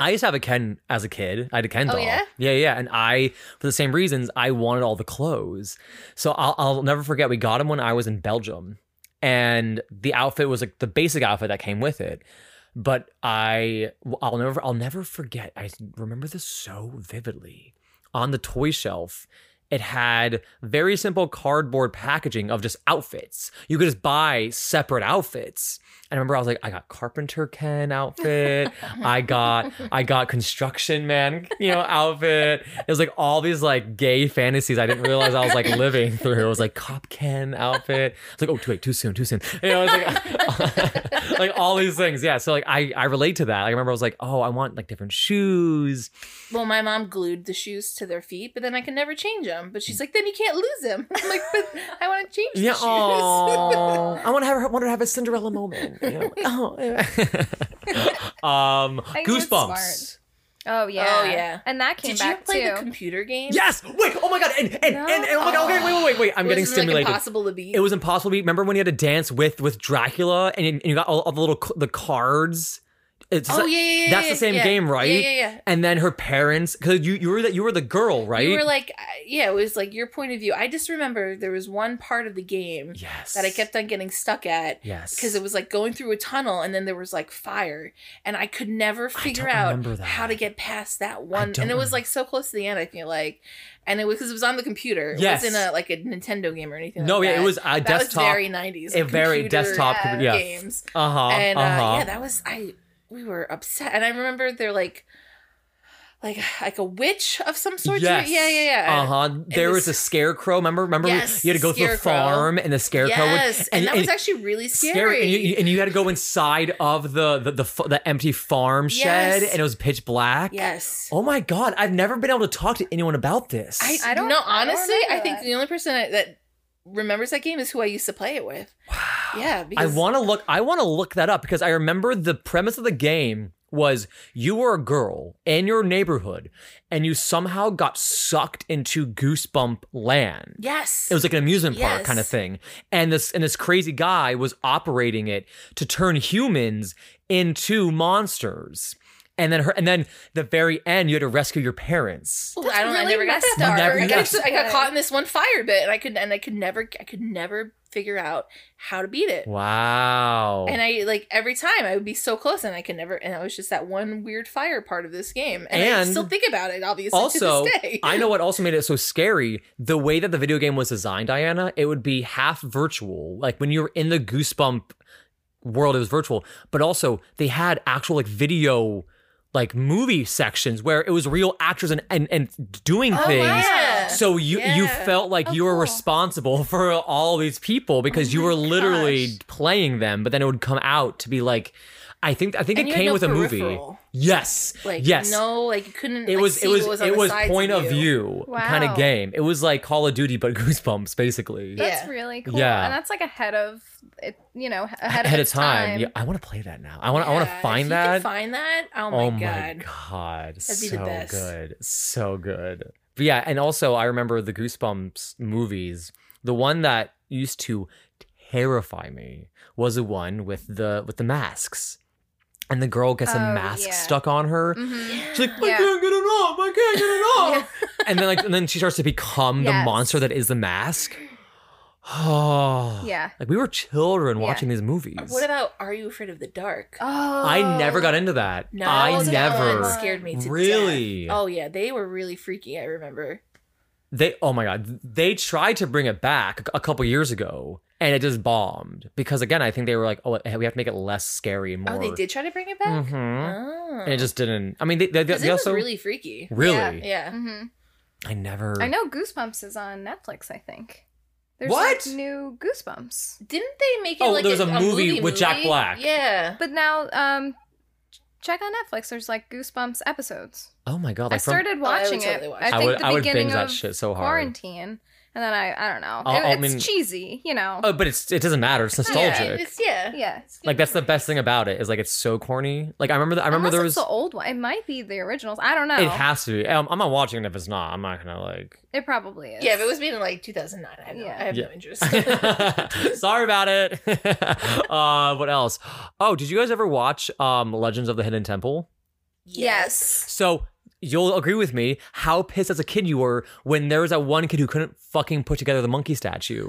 I used to have a Ken as a kid. I had a Ken
Oh,
doll.
yeah?
yeah, yeah. And I, for the same reasons, I wanted all the clothes. So I'll, I'll never forget. We got him when I was in Belgium, and the outfit was like the basic outfit that came with it. But I, I'll never, I'll never forget. I remember this so vividly. On the toy shelf, it had very simple cardboard packaging of just outfits. You could just buy separate outfits. And I remember I was like, I got carpenter Ken outfit. I got I got construction man, you know, outfit. It was like all these like gay fantasies I didn't realize I was like living through. It was like cop Ken outfit. It's like, oh wait, too soon, too soon. You know, it's like [LAUGHS] like all these things. Yeah. So like I I relate to that. I remember I was like, oh, I want like different shoes.
Well, my mom glued the shoes to their feet, but then I can never change them. But she's like, then you can't lose them. [LAUGHS] I'm like, but I want to change
Yeah.
the shoes. [LAUGHS]
aw. I want to have her, want to have a Cinderella moment. you know? Oh. [LAUGHS] um,
I think that's
goosebumps.
Oh, yeah.
Oh, yeah.
And that came
Did you
back
play
too.
the computer game?
Yes. Wait. Oh my god. And and, and, and oh my god. Okay. Wait. Wait. Wait. Wait. I'm
It
getting
was,
stimulated.
Like impossible to beat.
it was impossible. to beat. Remember when you had to dance with with Dracula and you, and you got all, all the little c- the cards. It's
Oh yeah, yeah, yeah
that's the
yeah,
same
yeah.
game, right?
Yeah, yeah, yeah.
And then her parents, because you you were that you were the girl, right?
You were like, uh, yeah, it was like your point of view. I just remember there was one part of the game
yes.
that I kept on getting stuck at
Yes.
because it was like going through a tunnel and then there was like fire and I could never figure
don't
out
remember that.
how to get past that one
don't
and it was
remember.
like so close to the end I feel like and it was because it was on the computer it
Yes.
wasn't a like a Nintendo game or anything
no.
like
Yeah.
that.
It was a
that
desktop.
was very 90s
a
like
very
computer
desktop.
yeah,
computer- Yeah.
games
Uh huh.
and uh,
uh huh.
yeah that was I we were upset and I remember they're like like like a witch of some sort. to
Yes.
it? Yeah, yeah, yeah.
Uh huh. There was
was-
a scarecrow. Remember? Remember? we-
Yes,
you had to go to the
scarecrow.
farm, and the scarecrow
Yes,
would.
and, that was actually really
scary.
scary.
And, you, and you had to go inside of the the the, f- the empty farm shed,
Yes.
and it was pitch black.
yes.
Oh my god! I've never been able to talk to anyone about this.
I,
I
don't
don't-
know.
I don't
Honestly, I,
remember
think
that.
the only person that, that remembers that game is who I used to play
[GASPS]
it with. Yeah,
I
because
want to look. I want to look that up because I remember the premise of the game was you were a girl in your neighborhood, and you somehow got sucked into Goosebump Land.
yes,
It was like an amusement park
Yes.
kind of thing. And this and this crazy guy was operating it to turn humans into monsters. And then her and then the very end you had to rescue your parents.
Ooh,
That's
I don't. I
really
never got
messed
stuck.
up. Never
I, got,
got
I got
it.
caught in this one fire bit, and I could and I could never I could never figure out how to beat it.
Wow.
And I like every time I would be so close, and I could never. And it was just that one weird fire part of this game, and, I
And
still think about it. Obviously,
also,
to this day. [LAUGHS]
I know what also made it so scary. The way that the video game was designed, Diana, it would be half virtual. Like when you were in the Goosebump world, it was virtual, but also they had actual like video, like movie sections where it was real actors and and, and doing
Oh,
things.
yeah.
So you you
Yeah.
felt like
Oh,
you were
cool.
responsible [LAUGHS] for all these people because
Oh
you
my
were literally
gosh.
playing them, but then it would come out to be like, I think I think
And
it
you had
came
no
with a movie.
peripheral.
Yes.
Like
yes
no, like you couldn't.
it
like,
was
see
it was,
what was on
it
the
was
sides
point of view kind
Wow.
of game. It was like Call of Duty but [LAUGHS] Goosebumps basically.
Yeah.
That's really cool.
Yeah.
And that's like ahead of it, you know, ahead,
Ahead
of, its time.
Yeah, I want to play that now. I want to I want
Yeah,
to
if
find
you
that.
Can find that. Oh my,
oh
god.
my god.
That'd be
so
the best.
good. So good. But yeah, and also I remember the Goosebumps movies. The one that used to terrify me was the one with the with the masks. And the girl gets a
Oh,
mask
yeah.
stuck on her.
Mhm.
She's like, I
Yeah.
can't get it off. I can't get it off.
[LAUGHS]
And then like, and then she starts to become the
Yes.
monster that is the mask. Oh,
Yeah.
Like we were children
Yeah.
watching these movies.
[GASPS] What about Are You Afraid of the Dark?
Oh.
I never got into that.
No,
I
that
never.
one scared me to
Really?
death. Oh yeah, they were really freaky. I remember.
They. Oh my god. They tried to bring it back a couple years ago, and it just bombed because again, I think they were like, oh, we have to make it less scary and more.
Oh, they did try to bring it back.
hmm
Oh,
And it just didn't. I mean, they. They, they,
'Cause it
also
was really freaky.
really.
Yeah.
Yeah.
hmm
I never.
I know Goosebumps is on Netflix, I think. There's
What?
like new Goosebumps.
Didn't they make it?
Oh,
like
there was
a,
a movie with Jack
movie?
Black.
Yeah.
But now um ch- check on Netflix there's like Goosebumps episodes.
Oh my god. Like
I started
Oh, I would
watching
totally
it.
watch
I
it.
From,
think
I, would.
the
I would
beginning
binge that
of
shit so hard.
quarantine, and then I I don't know.
I'll-
It-
I'll
it's
mean-
cheesy, you know.
Oh, but it's it doesn't matter. It's nostalgic.
Yeah, it's, yeah.
yeah.
It's good
Like that's the
memories.
best thing about it is like it's so corny. Like I remember the, I remember
Unless
there
it's
was
the old one. It might be the originals. I don't know.
it has to be. Um, I'm not watching it if it's not. I'm not gonna like. [LAUGHS]
It probably is.
Yeah, if it was made in like 2009, I have, no, I
Yeah.
have
Yeah.
no
[LAUGHS]
interest. [LAUGHS]
Sorry about it. [LAUGHS] uh, what else? Oh, did you guys ever watch um Legends of the Hidden Temple?
yes.
So you'll agree with me how pissed as a kid you were when there was that one kid who couldn't fucking put together the monkey
[LAUGHS]
statue.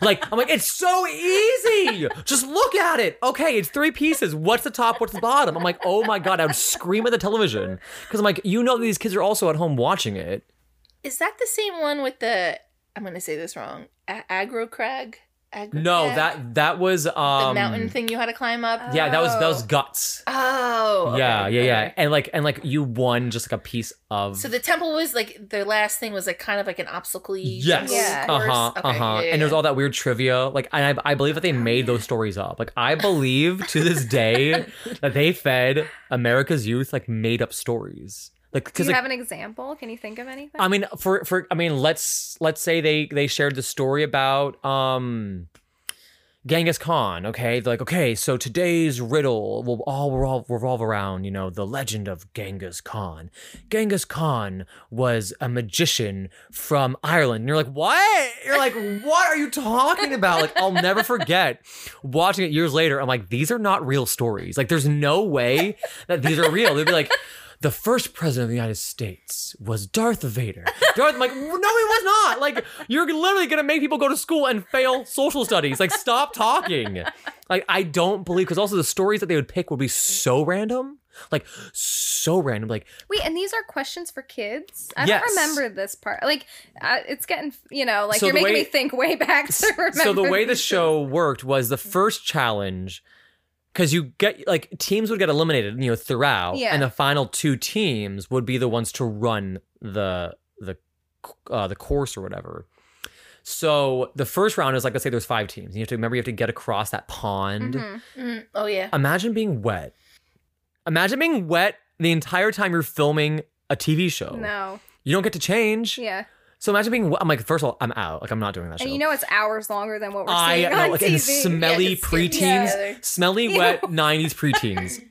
like I'm like, it's so easy. Just look at it. Okay, it's three pieces. What's the top? What's the bottom? I'm like, oh my god, I would scream at the television because I'm like, you know, these kids are also at home watching it.
Is that the same one with the? I'm gonna say this wrong. A- Agro Crag. Agro
No,
Crag?
that that was
the
um
mountain thing you had to climb up.
Yeah, that was that was guts.
Oh. okay,
yeah, yeah, yeah,
okay.
and like and like you won just like a piece of.
So the temple was like the last thing was like kind of like an obstacle.
Yes.
Yeah.
Uh huh. Uh huh. And there's all that weird trivia. Like, and I, I believe that they made those stories up. Like, I believe to this
[LAUGHS]
day that they fed America's youth like made up stories. Like,
Do
because
you
like,
have an example? Can you think of anything?
I mean, for for I mean, let's let's say they they shared the story about um Genghis Khan. Okay, they're like, okay, so today's riddle will all revolve, revolve around you know the legend of Genghis Khan. Genghis Khan was a magician from Ireland. And you're like, what? You're like, what are you talking about? Like, I'll never forget watching it years later. I'm like, these are not real stories. Like, there's no way that these are real. They'd be like. The first president of the United States was Darth Vader. Darth, I'm like, no, he was not. Like, you're literally gonna make people go to school and fail social studies. Like, stop talking. Like, I don't believe because also the stories that they would pick would be so random, like so random. Like,
Wait, and these are questions for kids. I
Yes.
don't remember this part. Like, uh, it's getting you know, like
So
you're
the
making
way-
me [LAUGHS] think way back to remember.
so the way the
these.
show worked was the first challenge because you get like teams would get eliminated, you know, throughout,
Yeah.
and the final two teams would be the ones to run the the uh, the course or whatever. So the first round is like let's say there's five teams. You have to remember you have to get across that pond.
Mhm.
Mm, oh yeah.
Imagine being wet. Imagine being wet the entire time you're filming a TV show.
No.
You don't get to change.
Yeah.
So imagine being. wet. I'm like, first of all, I'm out. Like, I'm not doing that show.
And you know it's hours longer than what we're
I
seeing
no,
on
like
TV.
in smelly
it's skin-
preteens,
yeah. [LAUGHS]
smelly
Ew.
wet '90s preteens.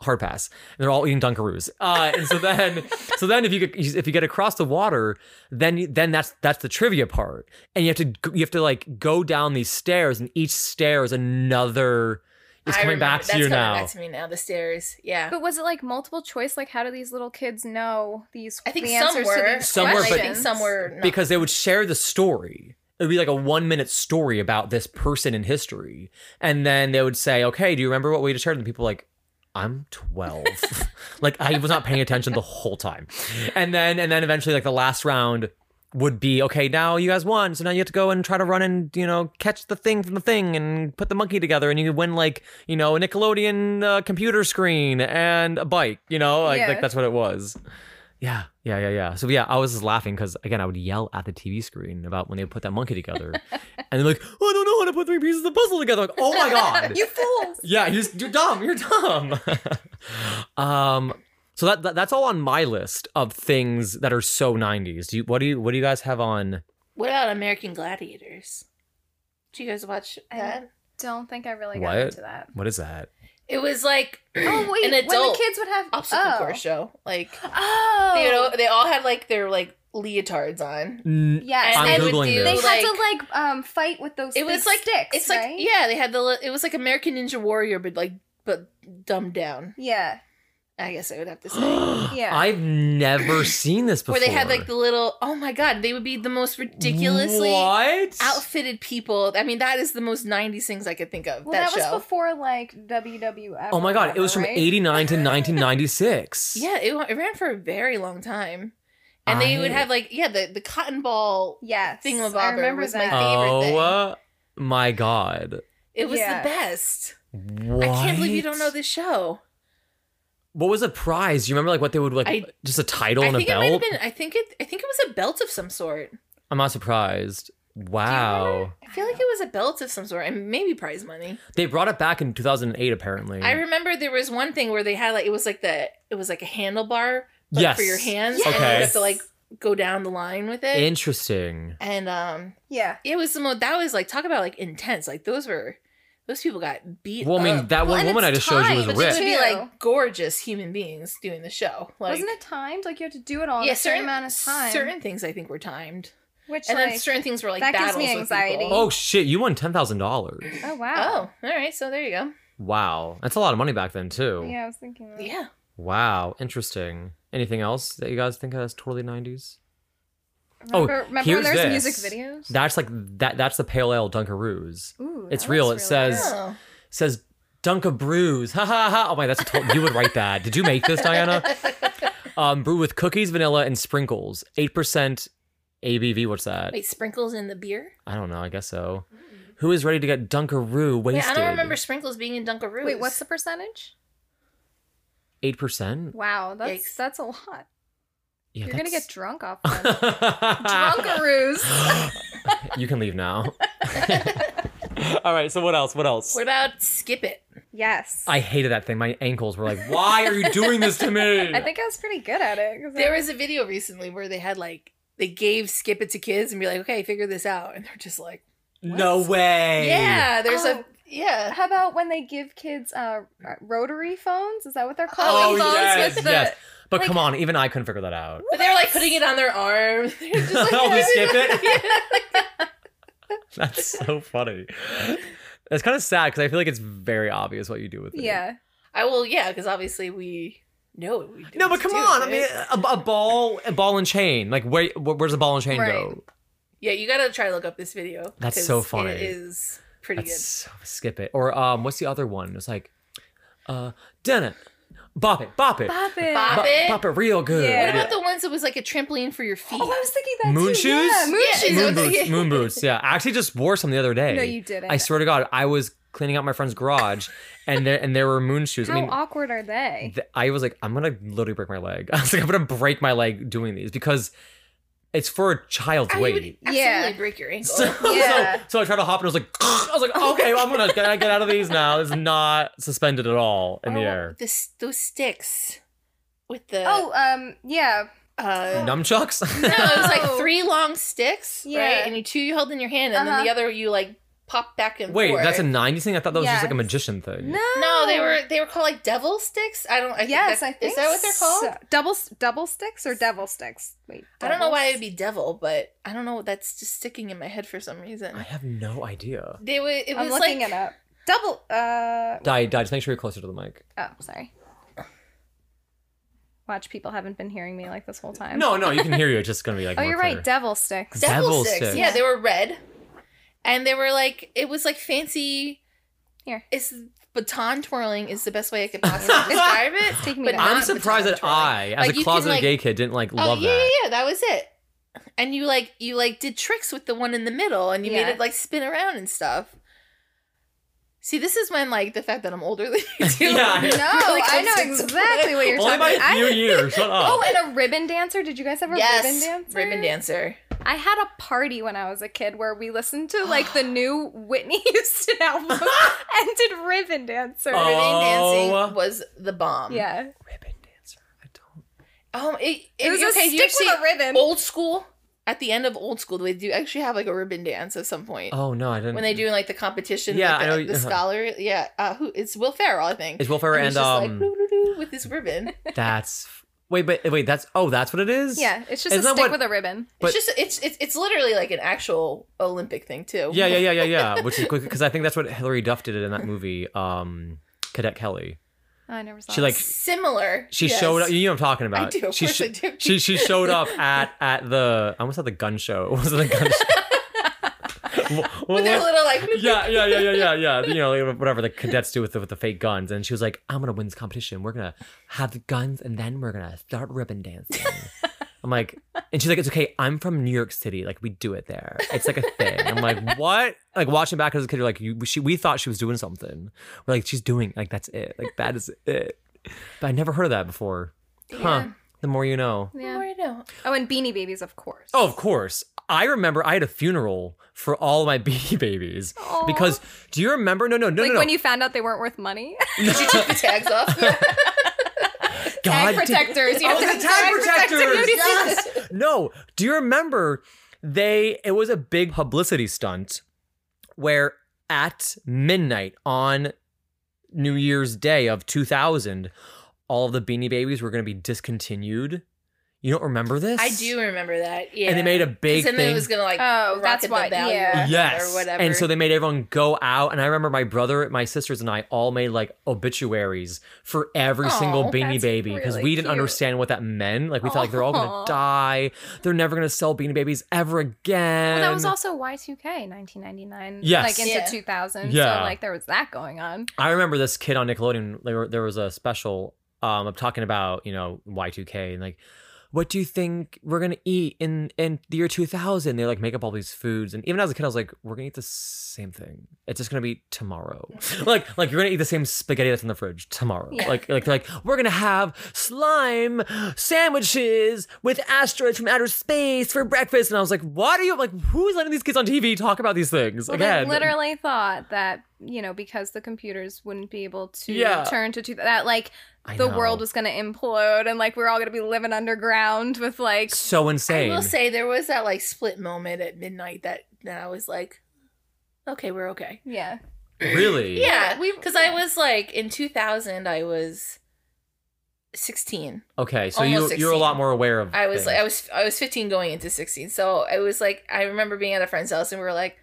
Hard pass. And they're all eating Dunkaroos. Uh, and so then, [LAUGHS] so then, if you get, if you get across the water, then you- then that's that's the trivia part, and you have to g- you have to like go down these stairs, and each stair is another. It's
I
coming
remember-
back
that's
to you
coming
now.
Back to me now. The stairs. Yeah.
[LAUGHS] But was it like multiple choice? Like, how do these little kids know these?
I think
the
some
answers
were.
to these
Some were, but-
I think
questions?
some were not.
because they would share the story. It would be like a one minute story about this person in history. And then they would say, okay, do you remember what we just heard? And people like, I'm 12. like I was not paying attention the whole time. And then, and then eventually like the last round would be, okay, now you guys won. So now you have to go and try to run and, you know, catch the thing from the thing and put the monkey together. And you could win like, you know, a Nickelodeon uh, computer screen and a bike, you know, like,
Yeah.
like that's what it was. Yeah, yeah, yeah, yeah. So yeah, I was just laughing because again, I would yell at the TV screen about when they would put that monkey
[LAUGHS]
together, and they're like, "Oh, I don't know how to put three pieces of the puzzle together." Like, oh
[LAUGHS]
my god,
you fools.
[LAUGHS] yeah, you're, you're dumb, you're dumb. [LAUGHS] um, so that, that that's all on my list of things that are so '90s. Do you what do you what do you guys have on?
what about American Gladiators? Do you guys watch
I-
that?
Don't think I really got
What?
into that.
What is that?
It was [CLEARS THROAT] like
Oh wait,
an
when
adult
the kids would have
obstacle
oh.
course show. Like
Oh,
they would, all- they all had like their like leotards on.
[GASPS] N-
yes.
I'm
and
they would
Googling
do,
they
this.
had to like um fight with those.
it was
big
like
sticks.
It's like
right?
yeah, they had the li- it was like American Ninja Warrior, but like but dumbed down.
yeah,
I guess I would have
[GASPS]
to say.
yeah.
Yeah.
I've never seen this before.
Where they had like the little oh my god, they would be the most ridiculously
what?
outfitted people. I mean, that is the most '90s things I could think of.
Well,
that,
that, was
show.
before like WWF.
Oh my
or
god, it was from
whatever, right?
'89
[LAUGHS]
to 1996.
Yeah, it, wa- it ran for a very long time, and they would
I-
have like yeah the the cotton ball.
Yes,
Thingamabobber
I remember
was
that.
my favorite
oh,
thing.
uh, my god.
It was
Yeah.
the best.
What?
I can't believe you don't know this show.
What was the prize? Do you remember like what they would like
I-
just a title
I
and a
think it might
belt?
have been. I think it. I think it was a belt of some sort.
I'm not surprised. Uh, Wow.
I feel like it was a belt of some sort, and maybe prize money.
They brought it back in 2008 apparently.
I remember there was one thing where they had like it was like the it was like a handlebar but
yes.
for your hands,
Yes.
and you would
Okay.
have to like go down the line with it.
Interesting.
and um,
Yeah.
it was the most. That was like talk about like intense. Like those were those people got beat.
Well, I mean,
up.
that
Well,
one
and
woman I
it's
just showed you was
timed.
But
It's
they
ripped.
would be
too.
like gorgeous human beings doing the show. Like,
Wasn't it timed? Like you had to do it all in a certain amount of time.
Certain things I think were timed,
which
and
like,
then certain things were like
that gives
battles
me
with
anxiety.
people.
Oh shit, you won $10,000.
oh wow.
Oh, all right. So there you go.
Wow. That's a lot of money back then
Oh.
too.
Yeah, I was thinking. That.
Yeah.
Wow, interesting. Anything else that you guys think is totally 90s? Oh,
Remember, remember
here's
when there's music
this.
videos?
That's like that that's the pale ale Dunkaroos.
Ooh,
It's
that
real,
looks
it
really
says-
good.
Oh.
says Dunka Brews. [LAUGHS] Ha ha ha. Oh my, that's a to- you would write that. Did you make this,
[LAUGHS]
Diana? Um, brew with cookies, vanilla, and sprinkles. Eight percent ABV. What's that?
Wait, sprinkles in the beer?
I don't know. I guess so. Who is ready to get Dunkaroo
Wait,
wasted?
I don't remember sprinkles being in Dunkaroos.
Wait, what's the percentage?
Eight percent.
Wow, that's
Yikes.
that's a lot.
Yeah,
You're gonna get
that's- [LAUGHS]
drunk off that.
[LAUGHS]
Drunkaroos.
you can leave now. All right. So what else? What else?
What about skip it?
Yes.
I hated that thing. My ankles were like, "Why are you doing this to
[LAUGHS]
me?"
I think I was pretty good at it. 'cause I-
There was a video recently where they had like they gave skip it to kids and be like, okay, figure this out, and they're just like,
no way.
yeah, there's a
Oh.
yeah.
How about when they give kids uh, rotary phones? Is that what they're
Oh,
called?
phones
yes,
with the-
yes. But
like-
come on, even I couldn't figure that out.
But they're like putting it on their arm. [LAUGHS] They're
[LAUGHS]
just like,
Oh, we skip it?
[LAUGHS] Yeah.
That's so funny. That's kind of sad because I feel like it's very obvious what you do with it.
Yeah.
I will, yeah, because obviously we know what we do.
No, but come
do,
on. I
right?
mean, a, a ball, a ball and chain. Like, where, where does a ball and chain
Right.
go?
yeah, you gotta try to look up this video.
That's
'cause
so funny.
It is pretty
That's so, skip it. Or um, what's the other one? It's like, uh, Dennett, bop it, bop it,
Bop it.
Bop
bop,
it.
bop it real good.
good.
Yeah.
What about the ones that was like a trampoline for your feet?
Oh, I was thinking that
Moon
too.
shoes?
Yeah, moon
Yeah,
shoes.
is
Moon
it-
[LAUGHS]
boots, moon boots. Yeah, I actually just wore some the other day.
No, you didn't.
I swear to God, I was cleaning out my friend's garage, and there and there were moon shoes.
How
I mean,
awkward are they?
th- I was like, I'm gonna literally break my leg. [LAUGHS] I was like, I'm gonna break my leg doing these because it's for a child's
I
weight.
would absolutely
Yeah.
break your [LAUGHS]
[LAUGHS]
ankle.
So,
Yeah.
so, so I tried to hop and I was like, [LAUGHS] I was like, okay, well, I'm gonna get, get out of these now. It's not suspended at all in the
Oh,
air.
this- those sticks with the
oh, um, yeah,
uh,
Nunchucks.
no, it was like
No.
three long sticks,
Yeah.
right? And you two you held in your hand, and then the
Uh-huh.
other you like pop back
[LAUGHS]
and
Wait,
forth.
that's a '90s thing. I thought that was just like a
Yes.
magician thing.
no,
no. They were they were called like devil sticks. I don't. I think
yes,
that-
I think
is that what they're
so.
called?
Double double sticks or devil sticks? Wait,
I don't know why it'd
devils?
be devil, but I don't know. That's just sticking in my head for some reason.
I have no idea.
They were. It
I'm
was
looking
like
it up. Double. Uh,
Die, die. Just make sure you're closer to the mic.
oh, sorry. Watch, people haven't been hearing me like this whole time.
No, no, you can
[LAUGHS]
hear you. It's just gonna be like.
Oh,
more
you're right.
clear.
Devil sticks.
Devil
devil,
sticks.
sticks. Yeah, they were red, and they were like it was like fancy.
Here.
it's baton twirling is the best way
[LAUGHS]
I could possibly describe it.
Take me
But
down.
not
I'm
baton
surprised that
twirling.
I, as
Like,
a
you can,
closeted
like-
gay kid, didn't like
oh
love
yeah,
that.
yeah, yeah, that was it. And you like you like did tricks with the one in the middle, and you
Yeah.
made it like spin around and stuff. See, this is when like the fact that I'm older than you do. [LAUGHS]
Yeah.
no,
really
I
comes
know
into play.
exactly what you're
Only
talking
by
about.
a few
I-
years.
[LAUGHS]
Shut up.
Oh, and a ribbon dancer. Did you guys have a
Yes,
ribbon dancer?
ribbon dancer.
I had a party when I was a kid where we listened to like the new Whitney [LAUGHS] Houston
[LAUGHS]
album and did ribbon dancer.
Oh.
Ribbon
Oh.
dancing was the bomb.
Yeah,
ribbon dancer. I don't.
Um, it,
it was
okay,
a
if
stick
you've
with
seen
a ribbon.
old school. At the end of old school, they do actually have like a ribbon dance at some point
Oh no, I didn't.
when they do like the competition.
Yeah,
with
I
the,
know-
the scholar. Yeah, uh, who it's Will Ferrell, I think.
It's Will Ferrell
And he's
and
just
um.
like, [LAUGHS] "Doo-doo-doo," with his ribbon.
that's wait, but wait, that's oh, that's what it is.
yeah. It's just
Isn't that
a stick
what-
with a ribbon.
But-
it's just it's, it's it's literally like an actual Olympic thing too.
Yeah, yeah, yeah, yeah, yeah. Which is because I think that's what Hilary Duff did in that movie, um, Cadet Kelly.
I never saw.
She like
Similar.
she
yes.
showed up. You know what I'm talking about.
I do. Of
She
course
sh-
I do.
she she showed up at at the I almost said the gun show. [LAUGHS] Was it the
[LAUGHS]
gun show? Wha- wha-
with her
[LAUGHS] what-
little like.
[LAUGHS]
[LAUGHS]
yeah, yeah, yeah, yeah, yeah, yeah. You know, like, whatever the cadets do with the, with the fake guns, and she was like, "I'm gonna win this competition. We're gonna have the guns, and then we're gonna start ribbon dancing." I'm like, and she's like, "It's okay. I'm from New York City. Like, we do it there. It's like a thing." I'm like, "What?" Like watching back as a kid, you're like, you, she, we thought she was doing something. We're like, she's doing like that's it. Like that is it. But I never heard of that before. Huh.
Yeah.
The more you know.
What do
Yeah.
I know?
Oh, and Beanie Babies, of course.
Oh, of course. I remember I had a funeral for all my [LAUGHS] Beanie Babies
Aw.
because do you remember? No, no, no,
like
no, no.
when you found out they weren't worth money.
Did you take the tags
[LAUGHS]
off?
God
tag
damn-
protectors. You
Oh,
have to
the
be
tag
[LAUGHS]
protectors.
protected.
Yes. [LAUGHS] No. Do you remember they it was a big publicity stunt where at midnight on New Year's Day of 2000 all of the Beanie Babies were going to be discontinued. You don't remember this?
[LAUGHS] I do remember that. Yeah.
And they made a
'Cause
big
then
thing.
it was gonna like
Oh,
rocket
that's
the
why-
value
yeah.
up
Yes.
or whatever.
And so they made everyone go out. And I remember my brother, my sisters, and I all made like obituaries for every
Aw,
single Beanie
that's
Baby because
really
we didn't
cute.
understand what that meant. Like, we thought like they're all going
Aw.
to die. They're never going to sell Beanie Babies ever again.
Well, that was also Y2K, 1999.
Yes.
Like into
Yeah.
2000.
Yeah.
So like there was that going on.
I remember this kid on Nickelodeon. There, were- there was a special um, of talking about you know Y2K and like, what do you think we're gonna eat in in the year 2000? They like make up all these foods, and even as a kid, I was like, we're gonna eat the same thing. It's just gonna be tomorrow. like like you're gonna eat the same spaghetti that's in the fridge tomorrow.
Yeah.
Like like they're like we're gonna have slime sandwiches with asteroids from outer space for breakfast, and I was like, what are you like? Who's letting these kids on TV talk about these things
Well,
again?
they literally thought that you know because the computers wouldn't be able to
Yeah.
turn to two, that like
I
the
know.
world was going to implode and like we are all going to be living underground with like
so insane.
I will say there was that like split moment at midnight that that I was like, okay, we're okay.
yeah
Really?
Yeah,
we-
because I was like in 2000, I was 16.
Okay, so
Almost
you you're a
16.
lot more aware of.
I was
things.
like, I was I was 15 going into 16, so I was like, I remember being at a friend's house and we were like,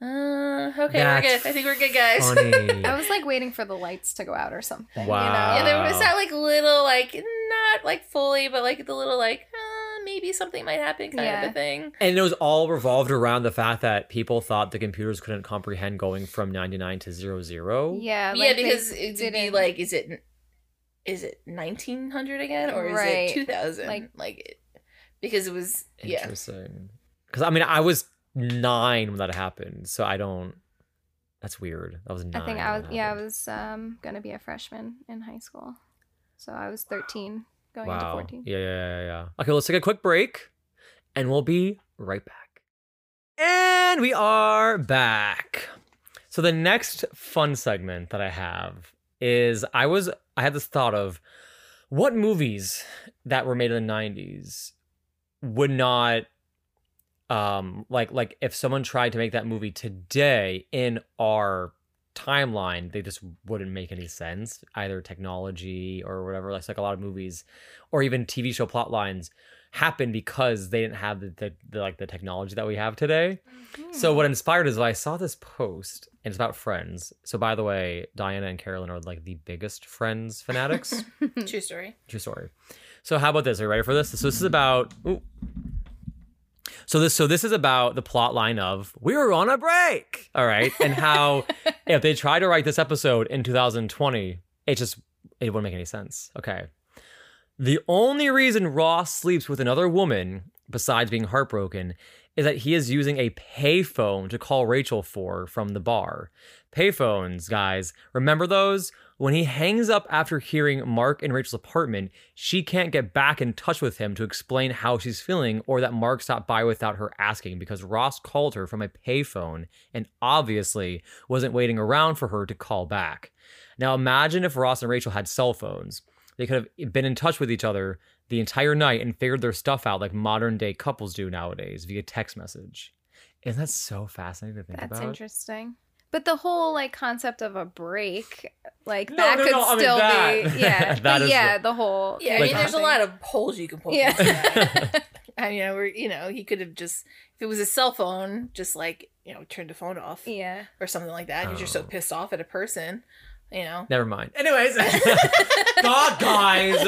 uh, okay, we're
That's
good. I think we're good, guys.
Funny.
i was like waiting for the lights to go out or something
Wow.
[LAUGHS] Yeah, there was that like little like not like fully, but like the little like uh, maybe something might happen kind of
Yeah.
a thing.
and it was all revolved around the fact that people thought the computers couldn't comprehend going from 99 to 00.
you know yeah
yeah,
like, they
because it'd be
didn't-
like, is it is it nineteen hundred again or is
Right.
it two thousand? Like,
Like-
it, because it was yeah.
Interesting. Because I mean, I was nine when that happened, so I don't. That's weird. That was nine.
I think I
when
was
that
yeah, I
happened.
was um gonna be a freshman in high school. So I was thirteen going into
Wow.
fourteen.
Yeah, yeah, yeah, yeah. Okay, let's take a quick break and we'll be right back. And we are back. So the next fun segment that I have is I was I had this thought of what movies that were made in the 90s would not um like like if someone tried to make that movie today in our timeline they just wouldn't make any sense either technology or whatever like, like a lot of movies or even tv show plot lines happen because they didn't have the, the, the like the technology that we have today
Hmm.
so what inspired is I saw this post and it's about friends. So by the way, Diana and Carolyn are like the biggest friends fanatics.
True story.
True story. So how about this? Are you ready for this? So this is about. ooh. So this so this is about the plot line of we were on a break. All right, and how if they try to write this episode in 2020, it just it wouldn't make any sense. Okay. The only reason Ross sleeps with another woman besides being heartbroken is that he is using a payphone to call Rachel for from the bar. Payphones, guys, remember those? When he hangs up after hearing Mark in Rachel's apartment, she can't get back in touch with him to explain how she's feeling or that Mark stopped by without her asking because Ross called her from a payphone and obviously wasn't waiting around for her to call back. Now imagine if Ross and Rachel had cell phones. They could have been in touch with each other the entire night and figured their stuff out like modern day couples do nowadays via text message. Isn't that so fascinating to think
That's
about?
interesting. But the whole like concept of a break, like
No,
that
no,
could
no, I mean,
still
that-
be [LAUGHS]
[LAUGHS]
yeah.
that
but
is
yeah,
the-
the, whole
Yeah, I
Like-
mean, there's a lot of holes you can pull.
Yeah. [LAUGHS]
from that. [LAUGHS]
[LAUGHS]
I mean, you know, we're, you know, he could have just, if it was a cell phone, just like, you know, turned the phone off
yeah.
or something like that. You're just so
Oh.
pissed off at a person, you know.
Never mind.
[LAUGHS]
Anyways, God, guys,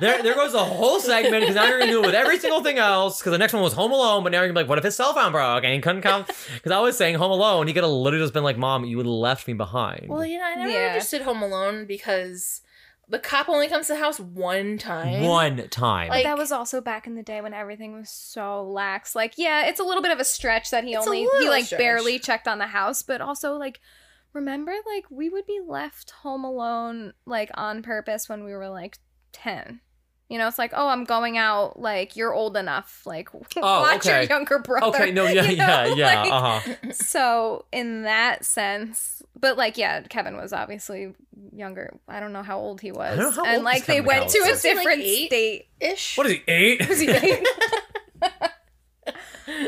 there, there goes a whole segment because now you're gonna do it with every single thing else. Because the next one was Home Alone, but now you're gonna be like, what if his cell phone broke and he couldn't come? Because I was saying Home Alone, he could have literally just been like, Mom, you left me behind.
Well, you know, I never
Yeah.
understood Home Alone because the cop only comes to the house one time.
One time.
But
Like-
that was also back in the day when everything was so lax. Like, yeah, it's a little bit of a stretch that he
It's a
only he
little
like
stretch.
barely checked on the house, but also like remember like we would be left home alone like on purpose when we were like 10. You know, it's like, "Oh, I'm going out. Like, you're old enough. Like, [LAUGHS] watch
Oh, okay.
your younger brother."
okay, no, yeah,
[LAUGHS] You know,
yeah, yeah.
like-
uh huh.
so in that sense but like yeah kevin was obviously younger i don't know how old he was
don't know how
and
old
like
was
they
Kevin
went to a
Allison. Something like
different
eight?
state
Ish.
What is he
[LAUGHS]
eight?
Was he eight?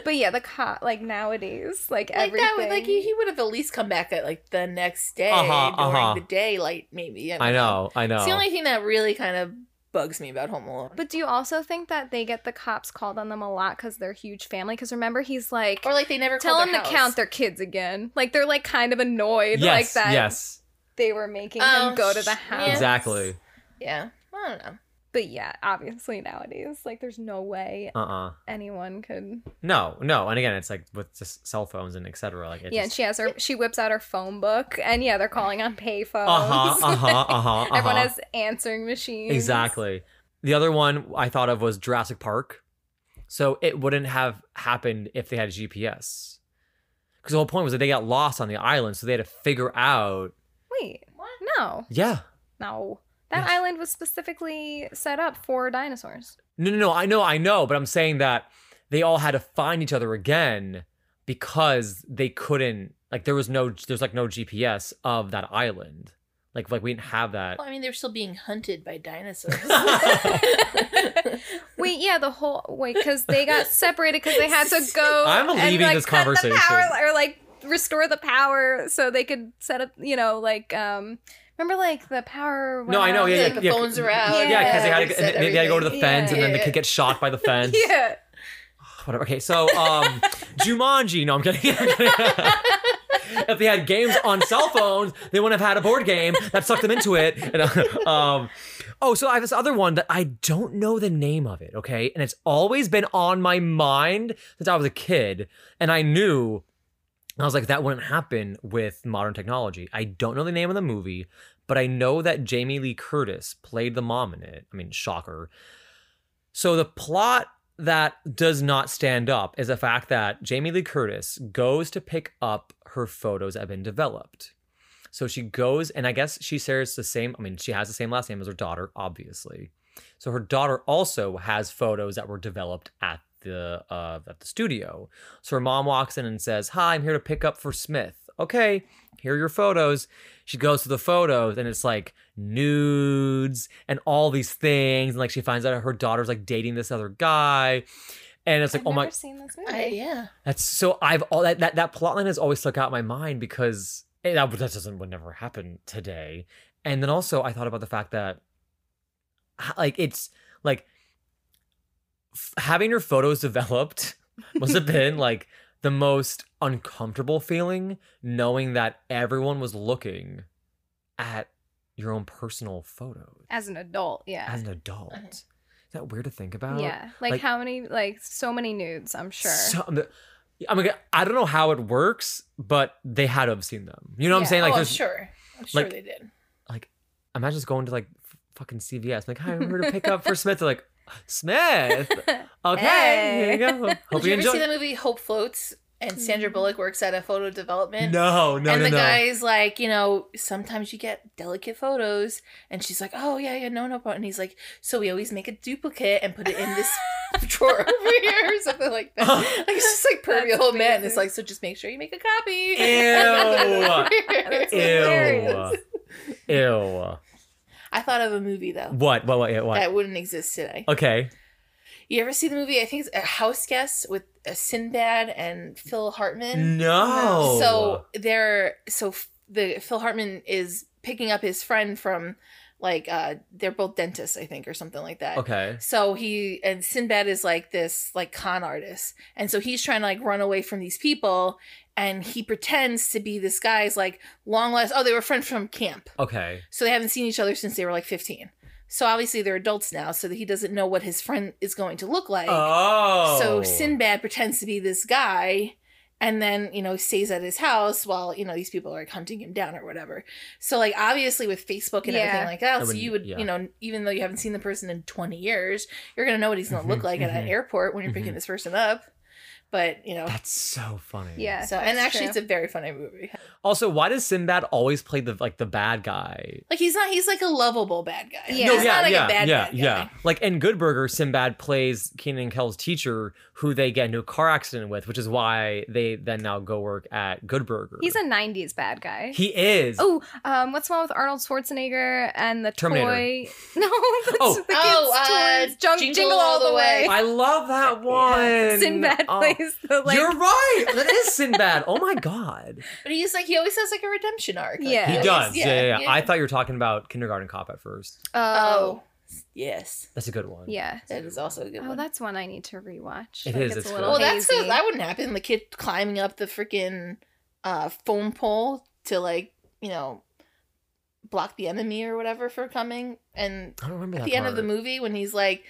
but yeah the co- like nowadays like,
like
everything
that would like he, he would have at least come back at like the next day
Uh-huh,
during
uh-huh.
the day like maybe
I know, I know.
it's the only thing that really kind of bugs me about home alone
but do you also think that they get the cops called on them a lot because they're huge family because remember he's like
or like they never
tell
call
them to count their kids again like they're like kind of annoyed like
yes,
that
yes,
they were making
Oh,
him go to the
sh-
house
yeah.
exactly.
yeah i don't know
but yeah obviously nowadays like there's no way
Uh uh
anyone could
No, no. And again, it's like with just cell phones and etc. Like it
yeah, and
just-
she has her. She whips out her phone book, and yeah, they're calling on payphones.
uh huh,
[LAUGHS]
uh huh, uh huh. uh-huh.
Everyone has answering machines.
Exactly. The other one I thought of was Jurassic Park. So it wouldn't have happened if they had GPS. Because the whole point was that they got lost on the island, so they had to figure out.
Wait, no,
Yeah.
no, that
Yes.
island was specifically set up
[LAUGHS]
for dinosaurs.
No, no, no. I know, I know, but I'm saying that they all had to find each other again because they couldn't. Like there was no, there's like no GPS of that island. Like like we didn't have that.
well i mean they're still being hunted
[LAUGHS]
by [LAUGHS] dinosaurs
Wait, yeah, the whole wait because
[LAUGHS]
they got separated because they had to go.
I'm
and,
leaving
like,
this
cut the
conversation.
power, or like restore the power so they could set up. You know, like um, remember like the power. went
No, I know,
out,
yeah,
like the phones are out
Yeah, because they had
like
to,
said
they, they had to go to the
everything.
fence, and then the
Yeah.
kid gets shot
[LAUGHS]
by the fence.
[LAUGHS] yeah.
Whatever. Okay, so um, Jumanji. No, I'm kidding. [LAUGHS] I'm kidding. if they had games on cell phones, they wouldn't have had a board game that sucked them into it. [LAUGHS] And, uh, um, oh, so I have this other one that I don't know the name of it. Okay, and it's always been on my mind since I was a kid, and I knew. I was like, that wouldn't happen with modern technology. I don't know the name of the movie, but I know that Jamie Lee Curtis played the mom in it. I mean, shocker. So the plot that does not stand up is the fact that Jamie Lee Curtis goes to pick up her photos that have been developed. So she goes, and I guess she shares the same, I mean, she has the same last name as her daughter, obviously. So her daughter also has photos that were developed at the uh, at the studio. So her mom walks in and says, "Hi, I'm here to pick up for Smith." Okay, here are your photos. She goes to the photos and it's like nudes and all these things. And like she finds out her daughter's like dating this other guy. And it's like,
I've
oh my,
never seen this movie.
I, yeah.
that's so I've all that that, that plotline has always stuck out in my mind because eh, that, that doesn't would never happen today. And then also I thought about the fact that h- like it's like f- having your photos [LAUGHS] developed must have been like the most uncomfortable feeling knowing that everyone was looking at your own personal photos
As an adult, yeah.
as an adult. Is that weird to think about?
yeah. Like,
like-
how many like so many nudes, I'm sure. [LAUGHS]
So, I'm- I'm like, I don't know how it works, but they had to have seen them. You know what I'm
Yeah.
saying? Like,
oh, I'm
there's-
sure. I'm sure
like-
they did.
imagine just going to like f- fucking CVS, like, hi, I'm here to pick up
[LAUGHS]
for Smith. They're like, Smith, okay, here you go. Hope
Did
you
you ever see
enjoy.
that movie Hope Floats? And Sandra Bullock works at a photo development.
No, no,
and
no,
the
no. [LAUGHS]
guy's like, you know, sometimes you get delicate photos, and she's like, oh yeah, yeah, no, no problem. And he's like, so we always make a duplicate and put it in [LAUGHS] this drawer over here [LAUGHS] or
[LAUGHS]
something like that. Like it's just like pervy
That's
old man. It's
amazing.
like, so just make sure you make a [LAUGHS] copy.
That's
Ew,
hilarious.
ew.
I thought of a movie though
What? What? What? What?
that wouldn't exist today.
Okay.
You ever see the movie? I think it's a House Guest with uh, Sinbad and Phil Hartman.
No.
So they're so f- the Phil Hartman is picking up his friend from like uh they're both dentists, I think, or something like that.
Okay.
So he and Sinbad is like this like con artist. And so he's trying to like run away from these people and he pretends to be this guy's like long lost oh, they were friends from camp.
Okay.
So they haven't seen each other since they were like fifteen. So obviously they're adults now, so that he doesn't know what his friend is going to look like.
Oh.
So Sinbad pretends to be this guy and then, you know, stays at his house while, you know, these people are like hunting him down or whatever. So like obviously with Facebook and
Yeah.
everything like that,
I
so
wouldn't-
you would,
yeah.
you know, even though you haven't seen the person in 20 years, you're going to know what he's going to look
Mhm,
like at
mhm,
an airport when you're picking
mhm.
this person up. But, you know,
That's so funny.
Yeah.
so and
that's
actually
true.
it's a very funny movie.
Also, why does Sinbad always play the like the bad guy?
Like he's not he's like a lovable bad guy.
Yeah.
He's
No,
not like a bad
yeah,
bad guy.
yeah. Like in Good Burger, Sinbad plays Keenan and Kel's teacher, who they get into a car accident with, which is why they then now go work at Good Burger.
He's a 90s bad guy.
he is.
Oh, um, what's the one with Arnold Schwarzenegger and the
Terminator.
toy? [LAUGHS] No, that's
Oh.
the kids'
Oh, uh,
toys. Jung-
Jingle All the Way.
I love that one.
Sinbad
Oh,
plays the like.
You're right. That is Sinbad. Oh my god.
But he's like he always has like a redemption arc. Like,
Yeah.
He
always-
does. Yeah, yeah, yeah. I thought you were talking about Kindergarten Cop at first.
oh,
Oh. Yes.
That's a good one.
yeah.
That is also a good
Oh,
one.
that's one I need to rewatch.
It
like,
is,
It's
it's
a
good.
little
Well,
hazy.
that's so that wouldn't happen. The kid climbing up the freaking uh, phone pole to like you know block the enemy or whatever for coming, and
I don't remember
at
that
the end of the
part.
movie when he's like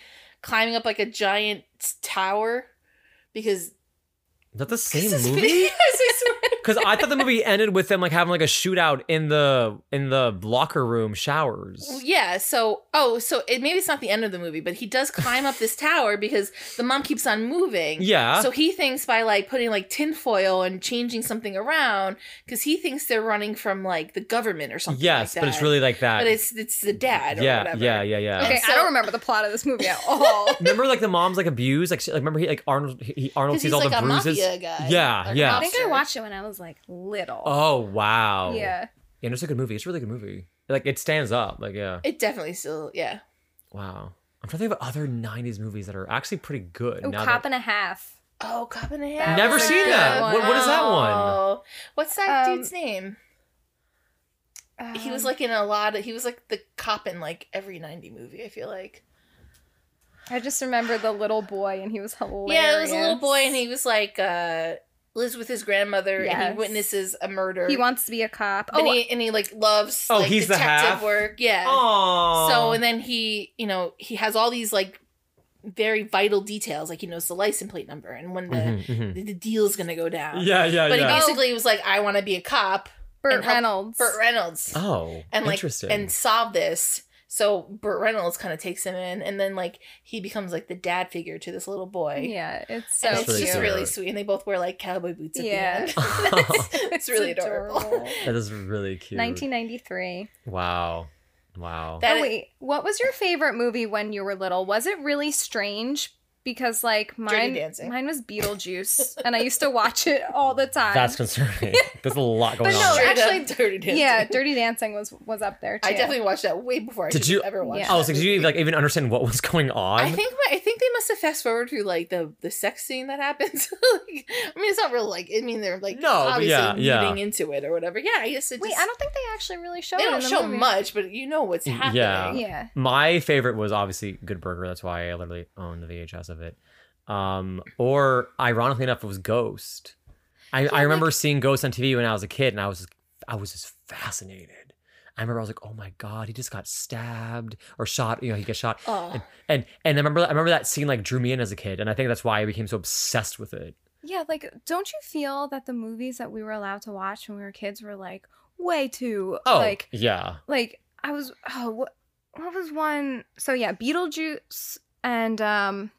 climbing up like a giant tower because
Is that the
[LAUGHS] This is
same movie?
Yes, I swear.
Because I thought the
[LAUGHS]
movie ended with them like having like a shootout in the in the locker room showers.
Well, yeah, so oh, so it maybe it's not the end of the movie, but he does climb up this tower because the mom keeps on moving.
Yeah.
So he thinks by like putting like tinfoil and changing something around, because he thinks they're running from like the government or something.
yes,
like
but it's
that.
really like that.
But it's it's the dad or
yeah,
whatever.
yeah, yeah, yeah.
Okay,
So-
I don't remember the plot of this movie at
[LAUGHS]
all.
Remember, like the mom's like abused. Like, she, like remember he like Arnold. He, he- Arnold
Because
sees
he's
all
like
the
a
bruises.
mafia guy.
Yeah,
Or
yeah.
I think I
mobster.
watched it when I was like little.
Oh wow.
Yeah. Oh,
Yeah, no, it's a good movie. It's a really good movie. Like it stands up. Like yeah.
It definitely still yeah.
Wow. I'm trying to think of other '90s movies that are actually pretty good.
Ooh,
now
cop
that-
and a half.
Oh, cop and a
That
half.
Never
is a
seen
good
that.
one.
What- what is that one?
Oh. What's that
Um,
dude's name? He was
Um,
like in a lot of. He was like the cop in like every ninety movie. I feel like.
I just remember the little boy, and he was hilarious.
Yeah, it was a little boy, and he was like uh lives with his grandmother, and
Yes.
he witnesses a murder.
He wants to be a cop.
and
Oh,
he and he like loves
Oh,
like
he's the
detective
half?
work. Yeah.
Aw.
So and then he, you know, he has all these like very vital details, like he knows the license plate number and when the
Mhm, mhm.
the, the deal's gonna go down.
Yeah, yeah,
But
yeah.
he basically was like, I want to be a cop,
Burt
and how-
Reynolds.
Burt Reynolds,
oh,
and like
interesting.
and solve this. So Burt Reynolds kind of takes him in, and then like he becomes like the dad figure to this little boy.
Yeah, it's so
And
That's
it's
really
just
cute.
really sweet, and they both wear like cowboy boots at
[LAUGHS]
the
Yeah.
end. [LAUGHS] it's, it's really adorable. [LAUGHS]
That is really cute.
1993.
Wow. Wow.
That
oh,
is-
wait, what was your favorite movie when you were little? Was it really strange? Because like mine,
Dancing.
mine was
[LAUGHS]
Beetlejuice, and I used to watch it all the time. [LAUGHS]
That's concerning. There's a lot going
But
on.
no,
Straight up
actually-
[LAUGHS] Dirty Dancing.
yeah. Dirty Dancing was was up there too.
I definitely watched that way before I
Did
did
you-
you ever watch?
Yeah.
Oh, so did you like even understand what was going on?
I think my, I think they must have fast forward through like the the sex scene that happens. [LAUGHS] like, I mean, it's not real. Like, I mean, they're like
No, but
obviously
yeah, yeah.
leading into it or whatever. Yeah, I guess it just,
Wait, I don't think they actually really showed.
They
it in
don't
the
show
movie.
much, but you know what's
Yeah.
happening.
Yeah,
My favorite was obviously Good Burger. That's why I literally own the VHS of it. Um, or ironically enough, it was Ghost. I, I remember seeing Ghost on TV when I was a kid, and I was just, I was just fascinated. I remember I was like, oh my god, he just got stabbed or shot. You know, he gets shot,
Oh.
and and, and I remember I remember that scene like drew me in as a kid, and I think that's why I became so obsessed with it.
yeah. Like, don't you feel that the movies that we were allowed to watch when we were kids were like way too
Oh,
like
yeah,
like I was oh what what was one so yeah Beetlejuice and um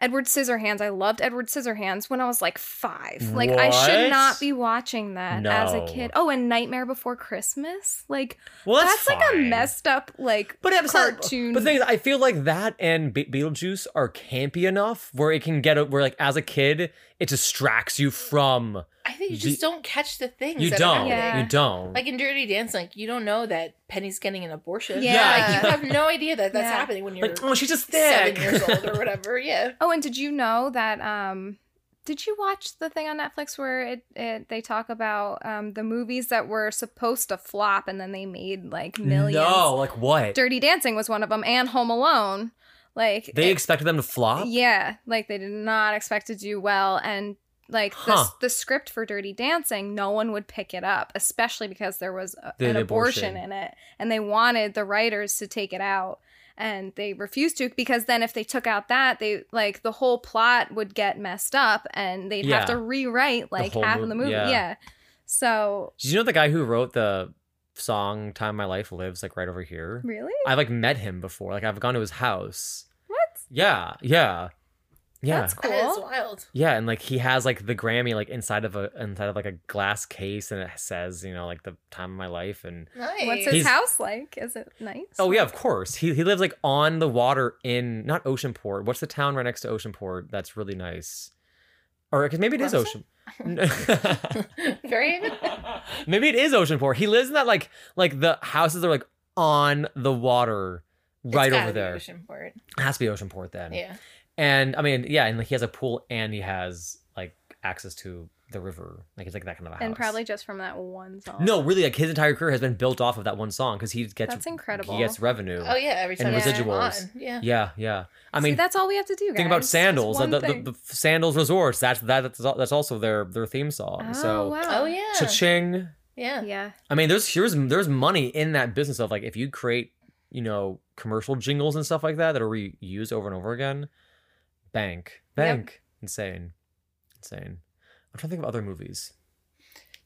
Edward Scissorhands I loved Edward Scissorhands when I was like 5 like I
What?
should not be watching that as a
No.
kid oh and Nightmare Before Christmas like
well, that's,
that's, like a
fine.
messed up like
But it's not-
cartoon
But the thing is, I feel like that and Be- Beetlejuice are campy enough where it can get a, where like as a kid it distracts you from
I think you just
The-
don't catch the things.
you
that are
don't
happening.
Yeah.
you don't
Like in Dirty Dancing, like you don't know that Penny's getting an abortion.
Yeah.
like, you have no idea that that's
Yeah.
happening when you're
like oh she's just
seven
thick
years
[LAUGHS]
old or whatever. Yeah,
oh and did you know that um did you watch the thing on Netflix where it, it they talk about um, the movies that were supposed to flop and then they made like millions?
no like what
Dirty Dancing was one of them, and Home Alone. Like
they
it-
expected them to flop
yeah, like they did not expect to do well, and like the
Huh.
the, the script for Dirty Dancing, no one would pick it up, especially because there was a,
The
an abortion.
abortion.
in it, and they wanted the writers to take it out. And they refused to because then if they took out that they like the whole plot would get messed up and they'd
Yeah.
have to rewrite like
whole
half
mov-
of the movie.
yeah.
yeah. So
did you know the guy who wrote the song time my life lives like right over here
really,
I've like met him before like I've gone to his house
what?
yeah yeah yeah
That's cool.
that is wild.
Yeah, and like he has like the Grammy like inside of a inside of like a glass case, and it says you know like the time of my life, and
Nice.
What's his
He's-
house like? Is it nice?
oh yeah, of course he he lives like on the water in not Oceanport. What's the town right next to Oceanport that's really nice, or 'cause maybe it is
Clemson?
Ocean.
[LAUGHS] Very good.
[LAUGHS] maybe it is Oceanport. He lives in that like like the houses are like on the water right
It's
over
gotta be
there.
Oceanport.
Has to be Oceanport then.
Yeah.
And I mean, yeah, and like he has a pool and he has like access to the river. Like it's like that kind of a house.
And probably just from that one song.
No, really, like his entire career has been built off of that one song because he gets
That's incredible.
He gets revenue.
Oh yeah. Every
And
time it's
residuals.
on. Yeah.
yeah, yeah. I
See,
mean,
that's all we have to do. Guys.
think about
It's
sandals,
one
like the,
thing.
the, the sandals resorts. That's that, that's al- that's also their their theme song.
oh,
so
wow.
Oh yeah.
cha-ching.
yeah.
Yeah.
I mean, there's here's there's money in that business of like if you create you know commercial jingles and stuff like that that are reused over and over again, bank bank insane, insane. I'm trying to think of other movies.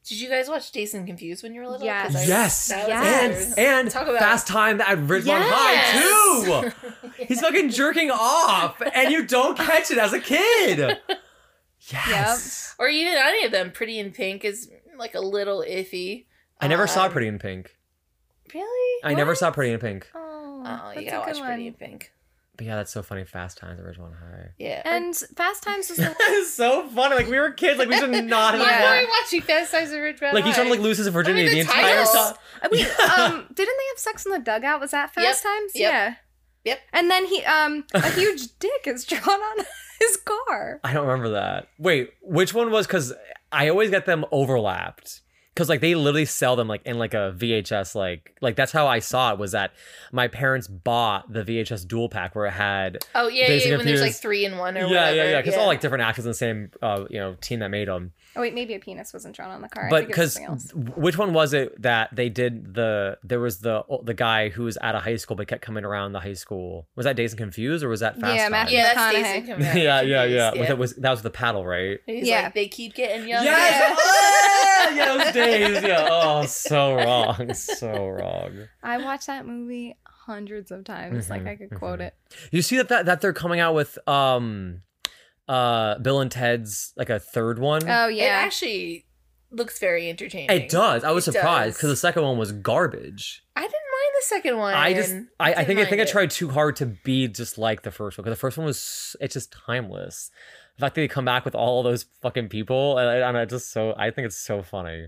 Did you guys watch Jason Confused when you were little? 'Cause I-
Yes.
that was
Yes.
ours.
And and
Talk about-
fast time at Ridgemont
[LAUGHS]
High too.
Yes. [LAUGHS]
He's fucking jerking off, and you don't catch it as a kid. Yes.
or even any of them. Pretty in Pink is like a little iffy.
I never saw
Um,
Pretty in Pink.
Really?
I never
What?
saw Pretty in Pink.
Oh,
Oh,
that's
you
a
gotta
good
watch Pretty in
one.
Pink.
But yeah, that's so funny. Fast times at Ridgemont High. [LAUGHS]
Yeah.
And Fast Times is the
that is so funny. Like we were kids. Like we should not
[LAUGHS]
have.
Why
Yeah.
are
Yeah.
we watching Fast Times at Ridgemont
Like he's trying to like
High?
lose his virginity
the
the, entire
titles.
time.
I mean, um, didn't they have sex in the dugout? Was that Fast Times?
Yep.
Yeah.
Yep.
And then he, um,
[LAUGHS]
a huge dick is drawn on [LAUGHS] his car.
I don't remember that. Wait, which one was? Because I always get them overlapped. Because like they literally sell them like in like a VHS like like that's how I saw it was that my parents bought the VHS dual pack where it had
Oh yeah,
Days
yeah. When there's like
Confused.
three in one or
yeah
whatever.
yeah yeah because all like different actors in the same uh you know team that made them
Oh wait, maybe a penis wasn't drawn on the car. I
but
think it was
because
something else.
which one was it that they did the there was the the guy who was out of high school but kept coming around the high school was that Days and Confused or was that Fast
Yeah,
Times?
Matthew
yeah, that's
McConaughey.
Days
[LAUGHS]
and
yeah
Confused,
yeah yeah,
yeah.
That was that was the paddle right
He's
Yeah.
[LAUGHS] like, they keep getting younger.
Yes! Oh,
yeah,
[LAUGHS]
those days. Yeah. Oh, so wrong. So wrong.
I watched that movie hundreds of times. Like
Mhm,
I could quote
mhm.
it.
You see that, that that they're coming out with um uh Bill and Ted's like a third one?
Oh
It
yeah.
actually looks very entertaining.
it does. I was
It
surprised
does.
because the second one was garbage.
I didn't mind the second one.
I just I, I
Didn't
think I think
mind
I
it.
tried too hard to be just like the first one because the first one was it's just timeless. The fact that they come back with all those fucking people and, and I just so I think it's so funny.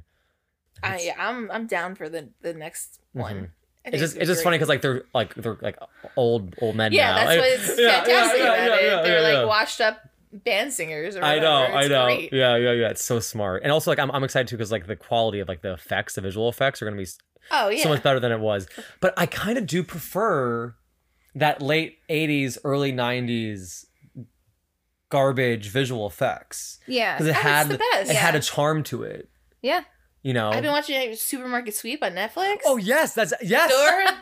I, yeah, I'm I'm down for the the next one.
Mhm.
I think
It's just
gonna
it's
be
just
great.
funny because like they're like they're like old old men
yeah,
now. [LAUGHS]
that's
I-
what's
yeah, yeah,
fantastic
yeah,
about
yeah,
it.
yeah,
They're
yeah,
like
yeah.
washed up band singers. Or
I know,
whatever.
I
It's
know.
great.
Yeah, yeah, yeah. It's so smart, and also like I'm, I'm excited too because like the quality of like the effects, the visual effects are gonna be s-
Oh yeah.
so much better than it was. But I kind of do prefer that late '80s, early '90s garbage visual effects
Yeah.
because it
Oh, it's
had
the
it
best.
had a charm to it.
Yeah.
You know.
I've been watching Supermarket Sweep on Netflix.
oh yes, that's yes.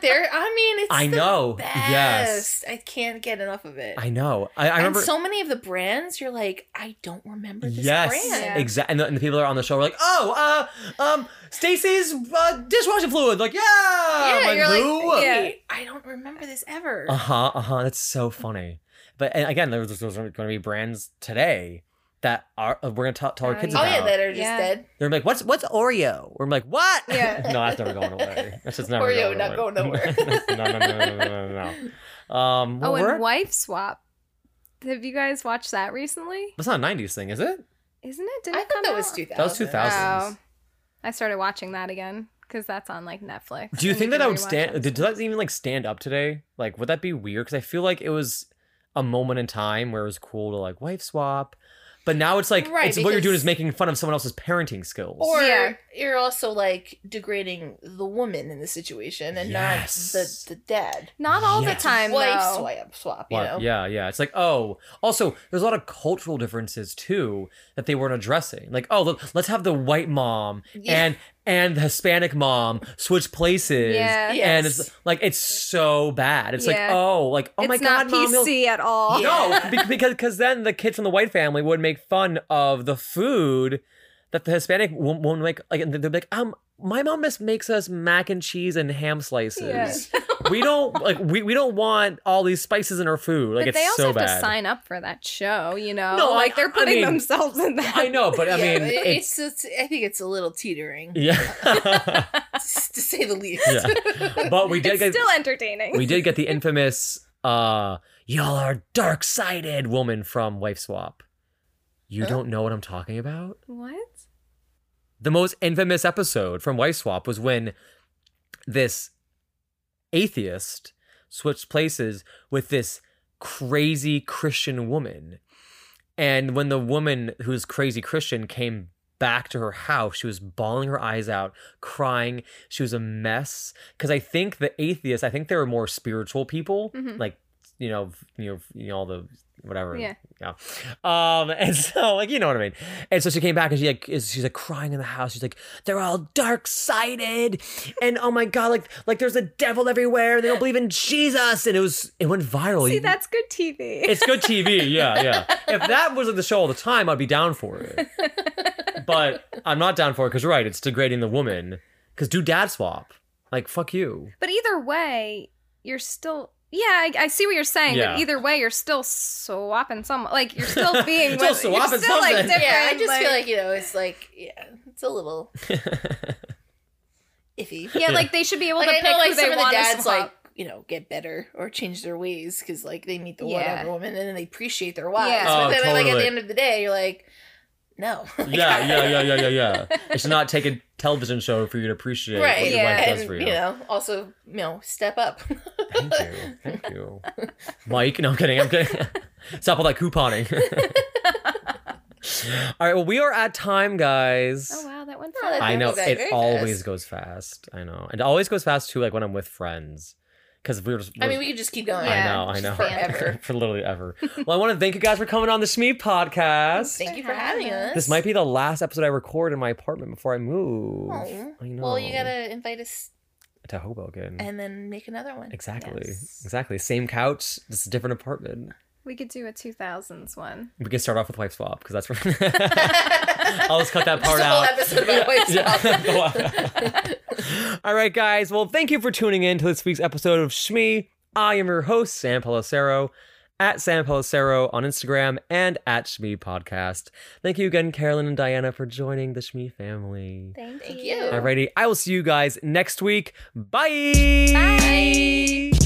They're, they're, I mean, it's
I
the
know.
Best.
Yes,
I can't get enough of it.
I know. I, I remember.
And so many of the brands, you're like, I don't remember this
Yes,
brand.
Yeah.
exactly. And, the- and the people that are on the show are like, "Oh, uh, um, Stacy's uh, dishwashing fluid." Like, yeah, yeah.
you're like, yeah.
Wait, I don't remember this ever.
Uh huh. Uh huh. That's so funny. But and again, there's, there's going to be brands today that are uh, we're going to tell, tell our
Oh,
kids
oh
about.
yeah, that are just
Yeah.
dead.
They're like, "What's what's Oreo?" We're like, "What?"
Yeah.
[LAUGHS] no, that's never going away. That's just never
Oreo
going
not
away.
going nowhere.
[LAUGHS] no, no, no, no, no, no, no. Um, well,
Oh,
we're-
and wife swap. Have you guys watched that recently?
that's not a '90s thing, is it?
Isn't it? Didn't
I
it come
thought that
out?
was 2000.
That was 2000s.
Oh. I started watching that again because that's on like Netflix.
Do you
and
think
can
that I would
rewatch
stand?
it.
Did that even like stand up today? Like, would that be weird? Because I feel like it was a moment in time where it was cool to like wife swap, but now it's like
Right,
it's what you're doing
because-
is making fun of someone else's parenting skills.
Or
Yeah.
you're also like degrading the woman in the situation and
Yes.
not the, the dad.
Not all
Yes.
the time
Wife
though.
swap, swap, you
What-
know?
Yeah, yeah. It's like, oh, also, there's a lot of cultural differences too that they weren't addressing. Like, oh, look, let's have the white mom
Yeah.
and and the Hispanic mom switch places.
Yeah.
Yeah.
And
Yes.
it's like it's so bad. It's like,
Yeah.
oh, like oh my
it's
god,
not
mom, you'll-
PC at all.
Yeah.
[LAUGHS] No, be- because because then the kid from the white family would make fun of the food that the Hispanic wo- woman make. Like and they'd be like, um, my mom just makes us mac and cheese and ham slices.
Yeah.
[LAUGHS] we don't like we, we don't want all these spices in our food. Like
but
it's
they also
so
have
bad.
to sign up for that show, you know?
No, I-
like they're
I
putting
mean-
themselves in that.
I know, but I
Yeah,
mean,
it-
[LAUGHS]
it's, [LAUGHS]
it's, it's, I think it's a little teetering,
yeah, [LAUGHS]
to say the least. [LAUGHS]
yeah. But we did
It's
get
still entertaining.
we did get
[LAUGHS]
the infamous uh y'all are dark sided woman from Wife Swap. You
Uh.
Huh?
don't know what I'm talking about.
what?
the most infamous episode from Wife Swap was when this atheist switched places with this crazy Christian woman. And when the woman who's crazy Christian came back to her house, she was bawling her eyes out, crying. She was a mess. Because I think the atheists, I think they were more spiritual people,
Mhm.
like, you know, you know, you know, all the whatever.
Yeah.
Yeah. Um, [LAUGHS] and so like you know what I mean. And so she came back and she like is she's like crying in the house. She's like, they're all dark sided and oh my god, like like there's a devil everywhere and they don't believe in Jesus. And it was it went viral.
See,
Oh, You-
that's [LAUGHS] good TV.
it's good TV, yeah, yeah. If that was like the show all the time, I'd be down for it. But I'm not down for it because you're right, it's degrading the woman. Cause do dad swap. Like fuck you. [LAUGHS]
but either way, you're still. Yeah, I, I see what you're saying.
Yeah.
But either way, you're still swapping some. Like
[LAUGHS]
you're still being.
Still
with,
swapping
you're still, like,
something.
different,
yeah, I just feel like you know, it's like yeah, it's a little iffy.
Yeah, like they should be able
Like
to
I
pick
know, like
who they
some of the
want
dads
to swap.
like you know get better or change their ways because like they meet the
Yeah.
whatever woman and then they appreciate their wives.
Yeah.
But
Oh,
then like at
totally.
the end of the day, you're like, no, [LAUGHS]
yeah, yeah, yeah, yeah, yeah, yeah. It should not take a television show for you to appreciate
[LAUGHS] right,
what your
yeah.
wife does
and
for
you. know, also you know, step up. [LAUGHS]
Thank you. Thank you. Mike, no, I'm kidding. I'm kidding. [LAUGHS] Stop all that couponing. [LAUGHS] all right. Well, we are at time, guys.
Oh wow, that went
No,
fast.
that
I know.
goes by
It
very
always
fast.
goes fast. I know. And it always goes fast, too, like when I'm with friends. Because we were just.
I mean, we could just keep going.
I
Yeah,
know, I
just
know.
[LAUGHS]
forever.
[LAUGHS] for literally ever. Well, I want to thank you guys for coming on the Shmee podcast.
Thank you for having us.
This might be the last episode I record in my apartment before I move.
Oh.
I know.
Well, you gotta invite us
to Hoboken.
and then make another one.
exactly.
Yes.
Exactly. Same couch, just a different apartment.
We could do a 2000s one.
We can start off with wife swap because that's where [LAUGHS] I'll just cut
[LAUGHS]
that part
Just a whole
out.
episode
[LAUGHS]
about wife [LAUGHS]
Yeah. [LAUGHS] All right, guys. Well, thank you for tuning in to this week's episode of Shmi. I am your host, Sam Pellicero, at Sam Pellicero on Instagram and at Shmi Podcast. Thank you again, Carolyn and Diana, for joining the Shmi family.
Thank,
Thank you. you.
Alrighty, I will see you guys next week. Bye.
Bye.